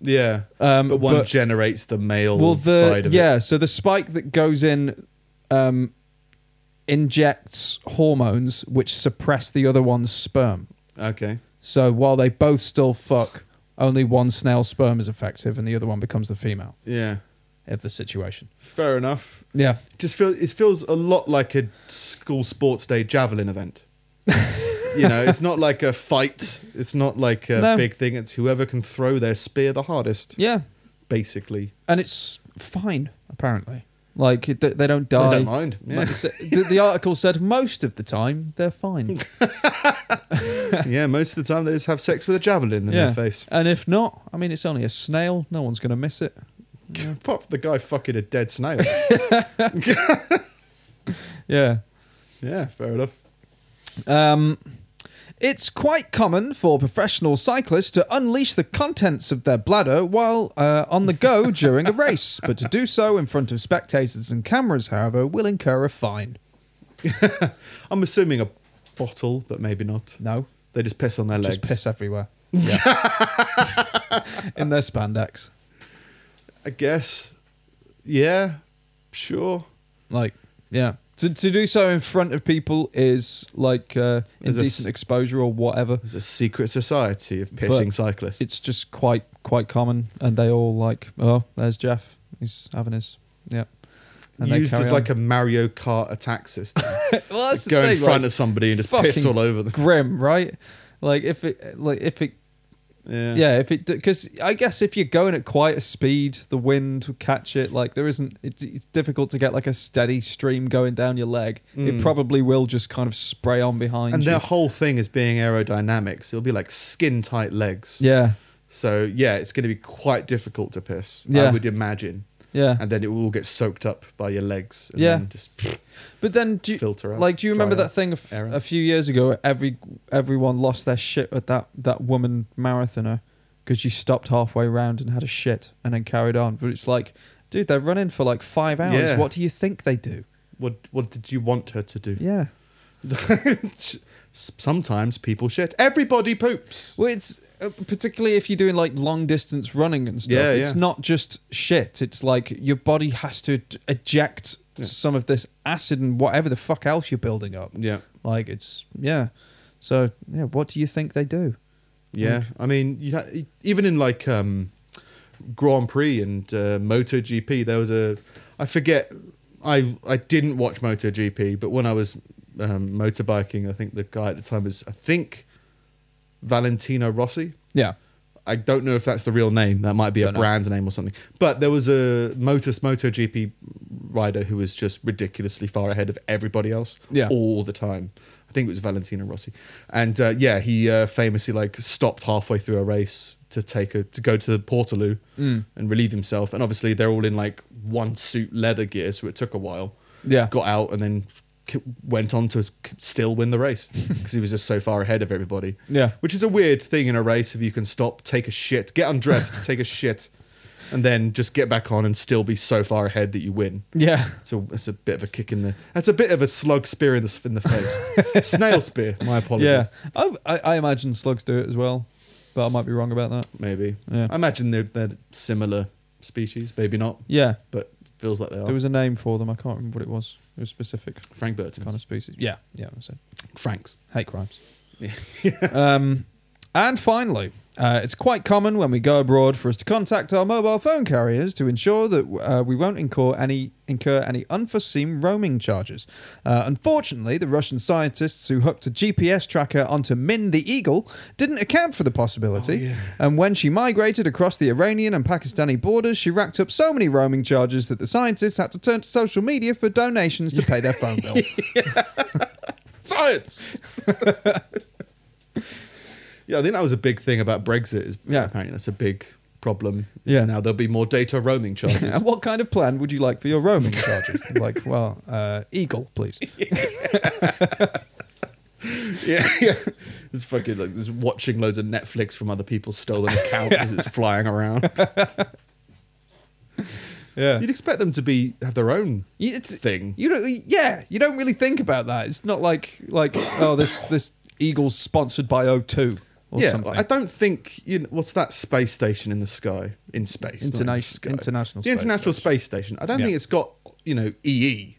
S1: Yeah,
S2: Um,
S1: but one
S2: but-
S1: generates the male
S2: well, the
S1: side of it.
S2: yeah. So the spike that goes in um, injects hormones which suppress the other one's sperm.
S1: Okay.
S2: So while they both still fuck, only one snail sperm is effective, and the other one becomes the female
S1: Yeah.
S2: of the situation.
S1: Fair enough.
S2: Yeah,
S1: Just feel it feels a lot like a school sports day javelin event. you know, it's not like a fight. It's not like a
S2: No.
S1: big thing. It's whoever can throw their spear the hardest,
S2: yeah,
S1: basically.
S2: and it's fine apparently. Like it, they don't
S1: I
S2: die.
S1: don't mind. Yeah.
S2: Like I said- the, the article said most of the time they're fine.
S1: yeah, most of the time they just have sex with a javelin in
S2: Yeah.
S1: their face.
S2: And if not, I mean, it's only a snail. No one's going to miss it.
S1: Apart from the guy fucking a dead snail.
S2: Yeah.
S1: yeah, fair enough.
S2: Um, it's quite common for professional cyclists to unleash the contents of their bladder while uh, on the go during a race, but to do so in front of spectators and cameras, however, will incur a fine.
S1: I'm assuming a bottle, but maybe not.
S2: No,
S1: They just piss on their legs.
S2: just piss everywhere. Yeah. in their spandex.
S1: I guess. Yeah, sure.
S2: Like, yeah. To, to do so in front of people is like uh,
S1: Is a s-
S2: indecent exposure or whatever.
S1: There's a secret society of pissing
S2: But
S1: cyclists.
S2: It's just quite quite common, and they all like, oh, there's Jeff. He's having his yeah. And they
S1: used
S2: carry
S1: as
S2: on.
S1: like a Mario Kart attack system.
S2: well, that's the
S1: Go in
S2: thing,
S1: front
S2: like,
S1: of somebody and just
S2: fucking
S1: piss all over them.
S2: grim, right? Like if it, like if it,
S1: Yeah.
S2: yeah, if it, because I guess if you're going at quite a speed, the wind will catch it. Like there isn't, it's, it's difficult to get like a steady stream going down your leg. It probably will just kind of spray on behind
S1: Mm. And
S2: you.
S1: their whole thing is being aerodynamics. It'll be like skin tight legs.
S2: yeah,
S1: So yeah, it's going to be quite difficult to piss. I
S2: Yeah.
S1: would imagine.
S2: yeah.
S1: And then it will all get soaked up by your legs. And
S2: Yeah.
S1: Then just
S2: But then do you,
S1: filter out.
S2: like do you remember
S1: dry
S2: that thing of,
S1: Aaron.
S2: a few years ago where every everyone lost their shit at that that woman marathoner because she stopped halfway round and had a shit and then carried on but it's like dude they're running for like five hours
S1: Yeah.
S2: what do you think they do
S1: What What did you want her to do?
S2: yeah
S1: S- Sometimes people shit. Everybody poops.
S2: well it's uh, particularly if you're doing like long distance running and stuff
S1: Yeah,
S2: it's
S1: yeah.
S2: not just shit it's like your body has to d- eject some of this acid and whatever the fuck else you're building up
S1: Yeah.
S2: like it's yeah so yeah what do you think they do
S1: Yeah, I mean, you ha- e, even in like um, Grand Prix and uh, MotoGP, there was a. I forget. I I didn't watch MotoGP, but when I was um, motorbiking, I think the guy at the time was I think Valentino Rossi.
S2: yeah
S1: I don't know if that's the real name. That might be a
S2: Don't know.
S1: brand name or something. But there was a Motus MotoGP rider who was just ridiculously far ahead of everybody else
S2: Yeah.
S1: all the time. I think it was Valentino Rossi. And uh, yeah, he uh, famously like stopped halfway through a race to take a to go to the Portaloo
S2: Mm.
S1: and relieve himself. And obviously they're all in like one suit leather gear, so it took a while.
S2: yeah
S1: Got out and then k- went on to k- still win the race because he was just so far ahead of everybody.
S2: Yeah.
S1: Which is a weird thing in a race if you can stop, take a shit, get undressed, take a shit, and then just get back on and still be so far ahead that you win.
S2: Yeah.
S1: It's a, it's a bit of a kick in the. That's a bit of a slug spear in the, in the face. Snail spear, my apologies.
S2: Yeah. I, I, I imagine slugs do it as well, but I might be wrong about that.
S1: Maybe.
S2: Yeah.
S1: I imagine they're, they're similar species, maybe not,
S2: Yeah.
S1: but feels like they are.
S2: There was a name for them. I can't remember what it was. It was a specific
S1: Frank Burton.
S2: kind of species. Yeah. Yeah. That's it.
S1: Franks.
S2: Hate crimes.
S1: Yeah.
S2: um, and finally, uh, it's quite common when we go abroad for us to contact our mobile phone carriers to ensure that uh, we won't incur any incur any unforeseen roaming charges. Uh, unfortunately, the Russian scientists who hooked a GPS tracker onto Min the eagle didn't account for the possibility. And when she migrated across the Iranian and Pakistani borders, she racked up so many roaming charges that the scientists had to turn to social media for donations to pay their phone bill.
S1: Science. yeah, I think that was a big thing about Brexit. Is
S2: Yeah.
S1: apparently that's a big problem.
S2: Yeah.
S1: now there'll be more data roaming charges.
S2: And what kind of plan would you like for your roaming charges? like, well, uh, eagle, please.
S1: yeah, yeah. It's fucking like just watching loads of Netflix from other people's stolen accounts as it's flying around.
S2: Yeah.
S1: You'd expect them to be have their own
S2: You, it's,
S1: thing.
S2: you don't. Yeah, you don't really think about that. It's not like like oh this this eagle's sponsored by O2 or
S1: yeah,
S2: something.
S1: I don't think you know, what's that space station in the sky in space. not in the
S2: Interna-
S1: sky.
S2: International
S1: the
S2: Space
S1: International Space Station. I don't
S2: Yeah.
S1: think it's got you know EE.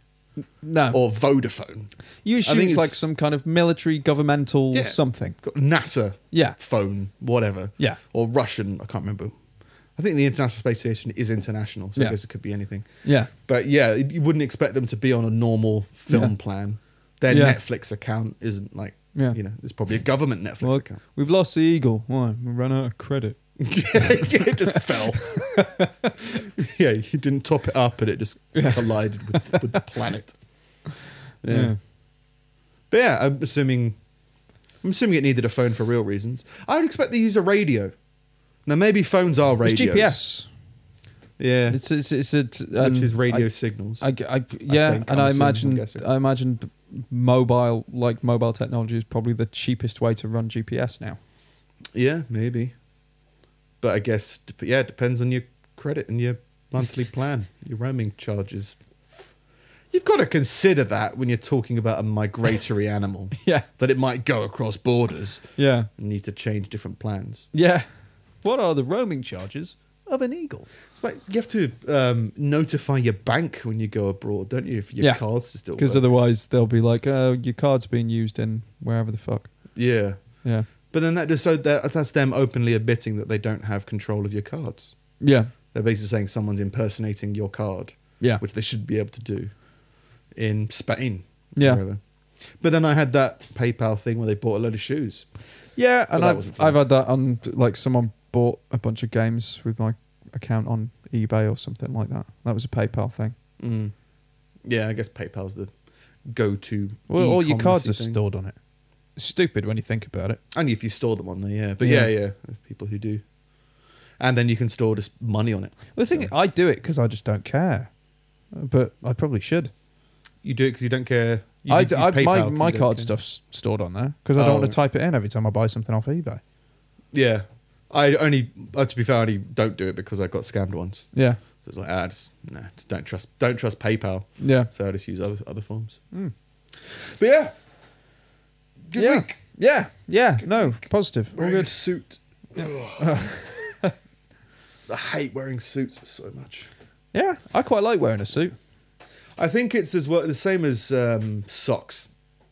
S2: No.
S1: E or Vodafone.
S2: you assume
S1: think
S2: it's like
S1: it's-
S2: some kind of military governmental
S1: Yeah.
S2: something.
S1: Got NASA
S2: Yeah.
S1: phone, whatever.
S2: Yeah.
S1: Or Russian, I can't remember. I think the International Space Station is international, so
S2: Yeah.
S1: I guess it could be anything.
S2: Yeah.
S1: But yeah, it- you wouldn't expect them to be on a normal film
S2: Yeah.
S1: plan. Their
S2: Yeah.
S1: Netflix account isn't like,
S2: Yeah.
S1: you know, it's probably a government Netflix
S2: Well,
S1: account.
S2: we've lost the eagle. Why? We ran out of credit.
S1: yeah, yeah, it just fell. yeah, you didn't top it up and it just
S2: Yeah.
S1: collided with, with the planet. Yeah.
S2: Yeah.
S1: But yeah, I'm assuming I'm assuming it needed a phone for real reasons. I would expect they use a radio. Now maybe phones are
S2: It's
S1: radios.
S2: GPS.
S1: Yeah.
S2: It's it's it's a um,
S1: which is radio
S2: I-
S1: signals.
S2: I, I- yeah,
S1: think,
S2: and
S1: I'm
S2: I
S1: assuming, I'm
S2: imagine
S1: guessing.
S2: I imagine b- mobile like mobile technology is probably the cheapest way to run GPS now.
S1: yeah, maybe. But I guess dep- yeah, it depends on your credit and your monthly plan, your roaming charges. You've got to consider that when you're talking about a migratory animal.
S2: Yeah,
S1: that it might go across borders
S2: yeah,
S1: and need to change different plans.
S2: yeah. What are the roaming charges of an eagle?
S1: It's like you have to um, notify your bank when you go abroad, don't you? If your
S2: Yeah.
S1: cards are still
S2: Because
S1: work.
S2: otherwise they'll be like, "Oh, your card's being used in wherever the fuck."
S1: yeah,
S2: Yeah,
S1: but then that just so that that's them openly admitting that they don't have control of your cards.
S2: yeah,
S1: They're basically saying someone's impersonating your card,
S2: yeah,
S1: which they should be able to do in Spain.
S2: yeah,
S1: wherever. But then I had that PayPal thing where they bought a load of shoes.
S2: yeah. And
S1: that wasn't
S2: I've
S1: fun.
S2: I've had that on like someone bought a bunch of games with my account on eBay or something like that. That was a PayPal thing.
S1: Mm. Yeah, I guess PayPal's the go-to.
S2: Well, all your cards are
S1: e-commerce-y thing.
S2: stored on it. Stupid when you think about it.
S1: Only if you store them on there, yeah. But yeah,
S2: Yeah.
S1: yeah, there's people who do. And then you can store just money on it.
S2: The thing I do it because I just don't care, but I probably should.
S1: You do it because you don't care. You
S2: I,
S1: do-
S2: d-
S1: you
S2: I-
S1: PayPal,
S2: my
S1: 'cause you
S2: my
S1: don't
S2: card
S1: care.
S2: stuff's stored on there because I don't
S1: Oh,
S2: want
S1: right.
S2: to type it in every time I buy something off eBay.
S1: Yeah, I only. Uh, to be fair, I only don't do it because I got scammed once.
S2: Yeah,
S1: So it's like, ah, just, nah, just don't trust. Don't trust PayPal.
S2: yeah,
S1: So I just use other other forms. But yeah, good
S2: Hmm. Yeah.
S1: week.
S2: yeah, yeah. No, positive. All
S1: Wearing a
S2: good.
S1: suit. Ugh. I hate wearing suits so much.
S2: Yeah, I quite like wearing a suit.
S1: I think it's as well the same as um, socks.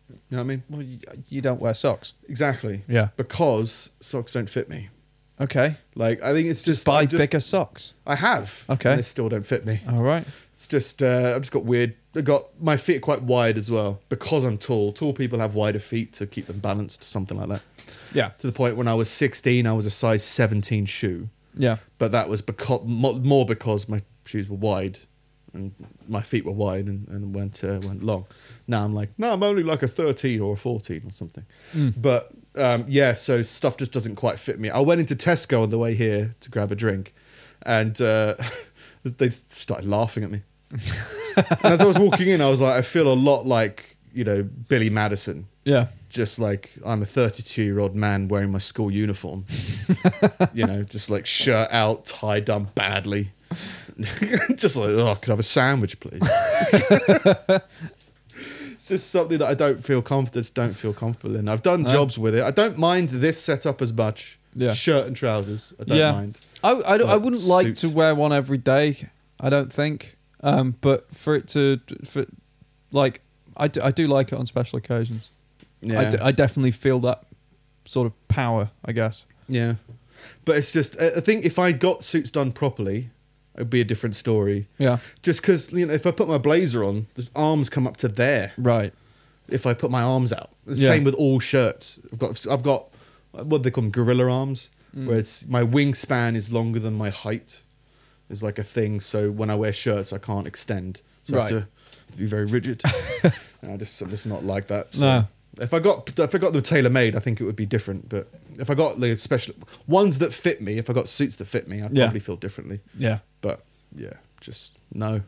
S1: You know what I mean?
S2: Well, you, you don't wear socks.
S1: Exactly.
S2: Yeah.
S1: Because socks don't fit me.
S2: Okay.
S1: Like I think it's just,
S2: Buy
S1: I'm just-
S2: bigger socks.
S1: I have.
S2: Okay.
S1: And they still don't fit me.
S2: All right.
S1: It's just uh, I've just got weird. I got my feet are quite wide as well because I'm tall. Tall people have wider feet to keep them balanced, something like that.
S2: Yeah.
S1: To the point when I was 16, I was a size 17 shoe,
S2: Yeah.
S1: but that was because more because my shoes were wide. And my feet were wide and, and went uh, went long. Now I'm like, no, I'm only like a 13 or a 14 or something.
S2: Mm.
S1: But um, yeah, so stuff just doesn't quite fit me. I went into Tesco on the way here to grab a drink, and uh, they just started laughing at me. And as I was walking in, I was like, I feel a lot like you know Billy Madison,
S2: Yeah.
S1: just like I'm a 32 year old man wearing my school uniform, you know, just like shirt out, tie done badly, just like oh, could I have a sandwich, please? it's just something that I don't feel confident, don't feel comfortable in. I've done jobs with it. I don't mind this setup as much.
S2: Yeah.
S1: Shirt and trousers. I don't
S2: Yeah.
S1: mind.
S2: I, I, don't- I
S1: Like,
S2: wouldn't like to
S1: suit.
S2: wear one every day. I don't think. Um, but for it to for like I do, I do like it on special occasions.
S1: Yeah.
S2: I, d- I definitely feel that sort of power. I guess.
S1: Yeah, but it's just I I think if I got suits done properly, it'd be a different story.
S2: Yeah.
S1: Just because you know, if I put my blazer on, the arms come up to there.
S2: Right.
S1: If I put my arms out, the
S2: Yeah.
S1: same with all shirts. I've got I've got what do they call them gorilla arms, where it's my wingspan is longer than my height. Is like a thing. So when I wear shirts, I can't extend. So I
S2: Right.
S1: have to be very rigid. and I just I'm just not like that. So.
S2: No.
S1: If I got if I got them tailor made, I think it would be different. But if I got the special ones that fit me, if I got suits that fit me, I'd
S2: Yeah.
S1: probably feel differently.
S2: Yeah.
S1: But yeah, just no,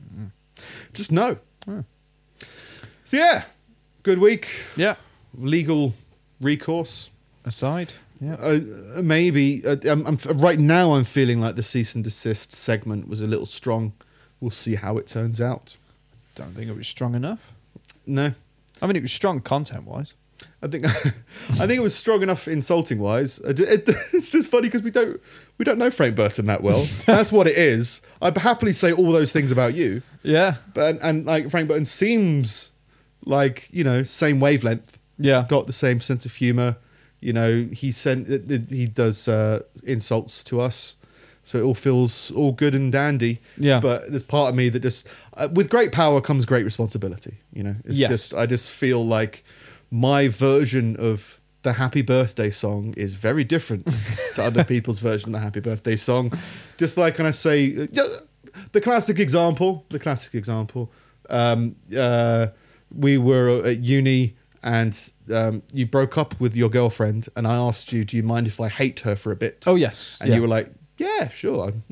S1: just no. So yeah, good week.
S2: Yeah.
S1: Legal recourse.
S2: Aside. Yeah.
S1: Uh, uh, maybe uh, I'm, I'm, right now. I'm feeling like the cease and desist segment was a little strong. We'll see how it turns out.
S2: Don't think it was strong enough.
S1: No,
S2: I mean, it was strong content wise.
S1: I think I think it was strong enough insulting wise. I ju- it- it's just funny because we don't we don't know Frank Burton that well. That's what it is. I'd happily say all those things about you,
S2: Yeah.
S1: but and, like Frank Burton seems like you know same wavelength,
S2: Yeah.
S1: got the same sense of humor. You know he sent it- it- he does uh, insults to us, so it all feels all good and dandy.
S2: Yeah.
S1: but there's part of me that just uh, with great power comes great responsibility. You know, it's
S2: Yes.
S1: just I just feel like my version of the happy birthday song is very different to other people's version of the happy birthday song. Just like when I say uh, the classic example, the classic example, um, uh, we were at uni and um, you broke up with your girlfriend, and I asked you, Do you mind if I hate her for a bit?
S2: Oh yes.
S1: and
S2: yeah.
S1: you were like, Yeah, sure. I'm-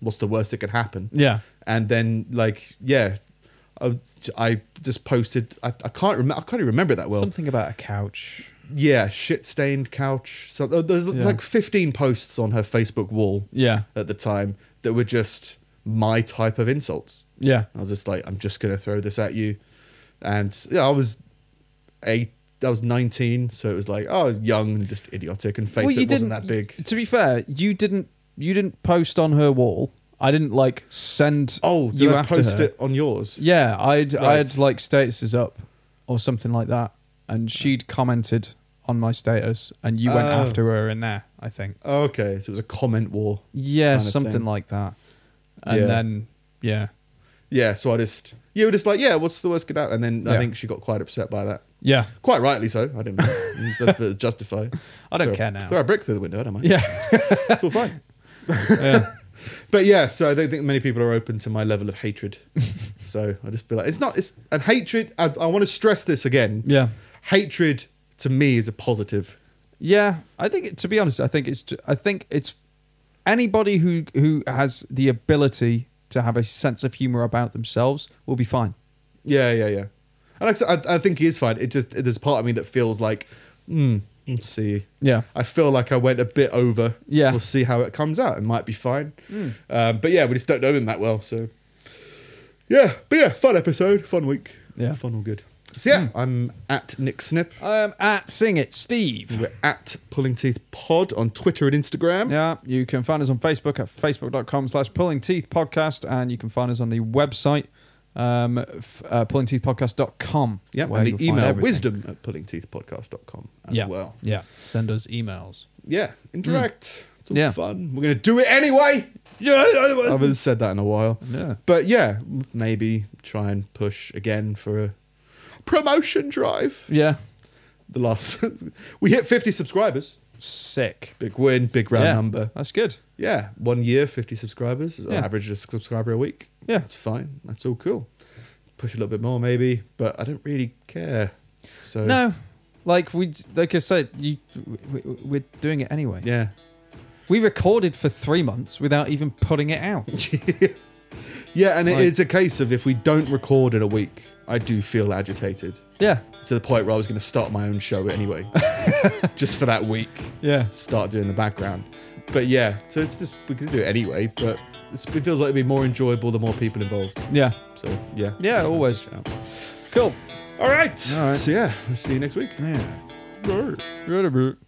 S1: What's the worst that could happen?
S2: yeah.
S1: and then like yeah I, I just posted I, I can't remember I can't even remember it that well
S2: Something about a couch.
S1: yeah shit stained couch so oh, there's
S2: Yeah.
S1: like 15 posts on her Facebook wall
S2: Yeah.
S1: at the time that were just my type of insults
S2: Yeah.
S1: I was just like I'm just gonna throw this at you and yeah I was eight I was 19 so it was like oh young and just idiotic and Facebook wasn't that big
S2: To be fair, you didn't. You didn't post on her wall. I didn't like send.
S1: oh did
S2: you
S1: I
S2: after
S1: post
S2: her.
S1: it on yours
S2: Yeah, I'd
S1: Right.
S2: I'd like statuses up or something like that, and she'd commented on my status, and you went
S1: Oh.
S2: after her in there. I think.
S1: okay so it was a comment war
S2: Yeah,
S1: Kind of
S2: something
S1: thing.
S2: like that. And
S1: Yeah.
S2: then yeah,
S1: yeah, so I just you were just like, yeah, what's the worst could happen? And then I
S2: Yeah.
S1: think she got quite upset by that,
S2: yeah,
S1: quite rightly so. I didn't that's the justify.
S2: I don't
S1: throw,
S2: care now.
S1: Throw a brick through the window, I don't mind.
S2: Yeah,
S1: it's all fine.
S2: yeah,
S1: But yeah, so I don't think many people are open to my level of hatred. so I just be like, it's not. It's and hatred. I, I want to stress this again.
S2: yeah,
S1: Hatred to me is a positive.
S2: yeah. I think it, to be honest, I think it's I think it's anybody who who has the ability to have a sense of humor about themselves will be fine.
S1: Yeah, yeah, yeah. And like I, said, I, I think he is fine. It just there's part of me that feels like, hmm, let's see.
S2: Yeah,
S1: I feel like I went a bit over.
S2: Yeah. Hmm.
S1: We'll see how it comes out. It might be fine. Um, but yeah, we just don't know them that well. So yeah, but yeah, fun episode, fun week.
S2: Yeah. Hmm.
S1: Fun all good. So yeah, I'm at Nick Snip.
S2: um, at sing it, Steve.
S1: We're at Pulling Teeth Pod on Twitter and Instagram.
S2: Yeah, you can find us on Facebook at facebook.com slash pulling teeth podcast, and you can find us on the website, um, f- uh, pullingteethpodcast.com.
S1: Yeah,
S2: where
S1: and
S2: you'll
S1: the
S2: find
S1: email
S2: everything.
S1: wisdom at pullingteethpodcast.com as
S2: yeah.
S1: well.
S2: Yeah, send us emails.
S1: Yeah, interact. It's all
S2: Hmm. Yeah.
S1: fun. We're going to do it anyway. I
S2: Yeah,
S1: haven't said that in a while.
S2: yeah.
S1: But yeah, maybe try and push again for a promotion drive.
S2: Yeah,
S1: the last we hit 50 subscribers
S2: sick.
S1: big win big round
S2: Yeah.
S1: number
S2: That's good.
S1: yeah one year 50 subscribers on
S2: Yeah.
S1: average a subscriber a week
S2: Yeah.
S1: that's fine that's all cool push a little bit more maybe but i don't really care so
S2: No, like we, like I said, you, we, we- we're doing it anyway.
S1: yeah
S2: We recorded for three months without even putting it out.
S1: yeah and it
S2: Like-
S1: is a case of if we don't record in a week i do feel agitated
S2: Yeah,
S1: to the point where i was going to start my own show anyway just for that week
S2: yeah,
S1: start doing the background. But yeah, so it's just we can do it anyway. But it's, it feels like it'd be more enjoyable the more people involved.
S2: yeah,
S1: So yeah,
S2: yeah. Always cool.
S1: All right.
S2: All right.
S1: So yeah, we'll see you next week.
S2: Yeah.
S1: Brr.
S2: Root-a-root.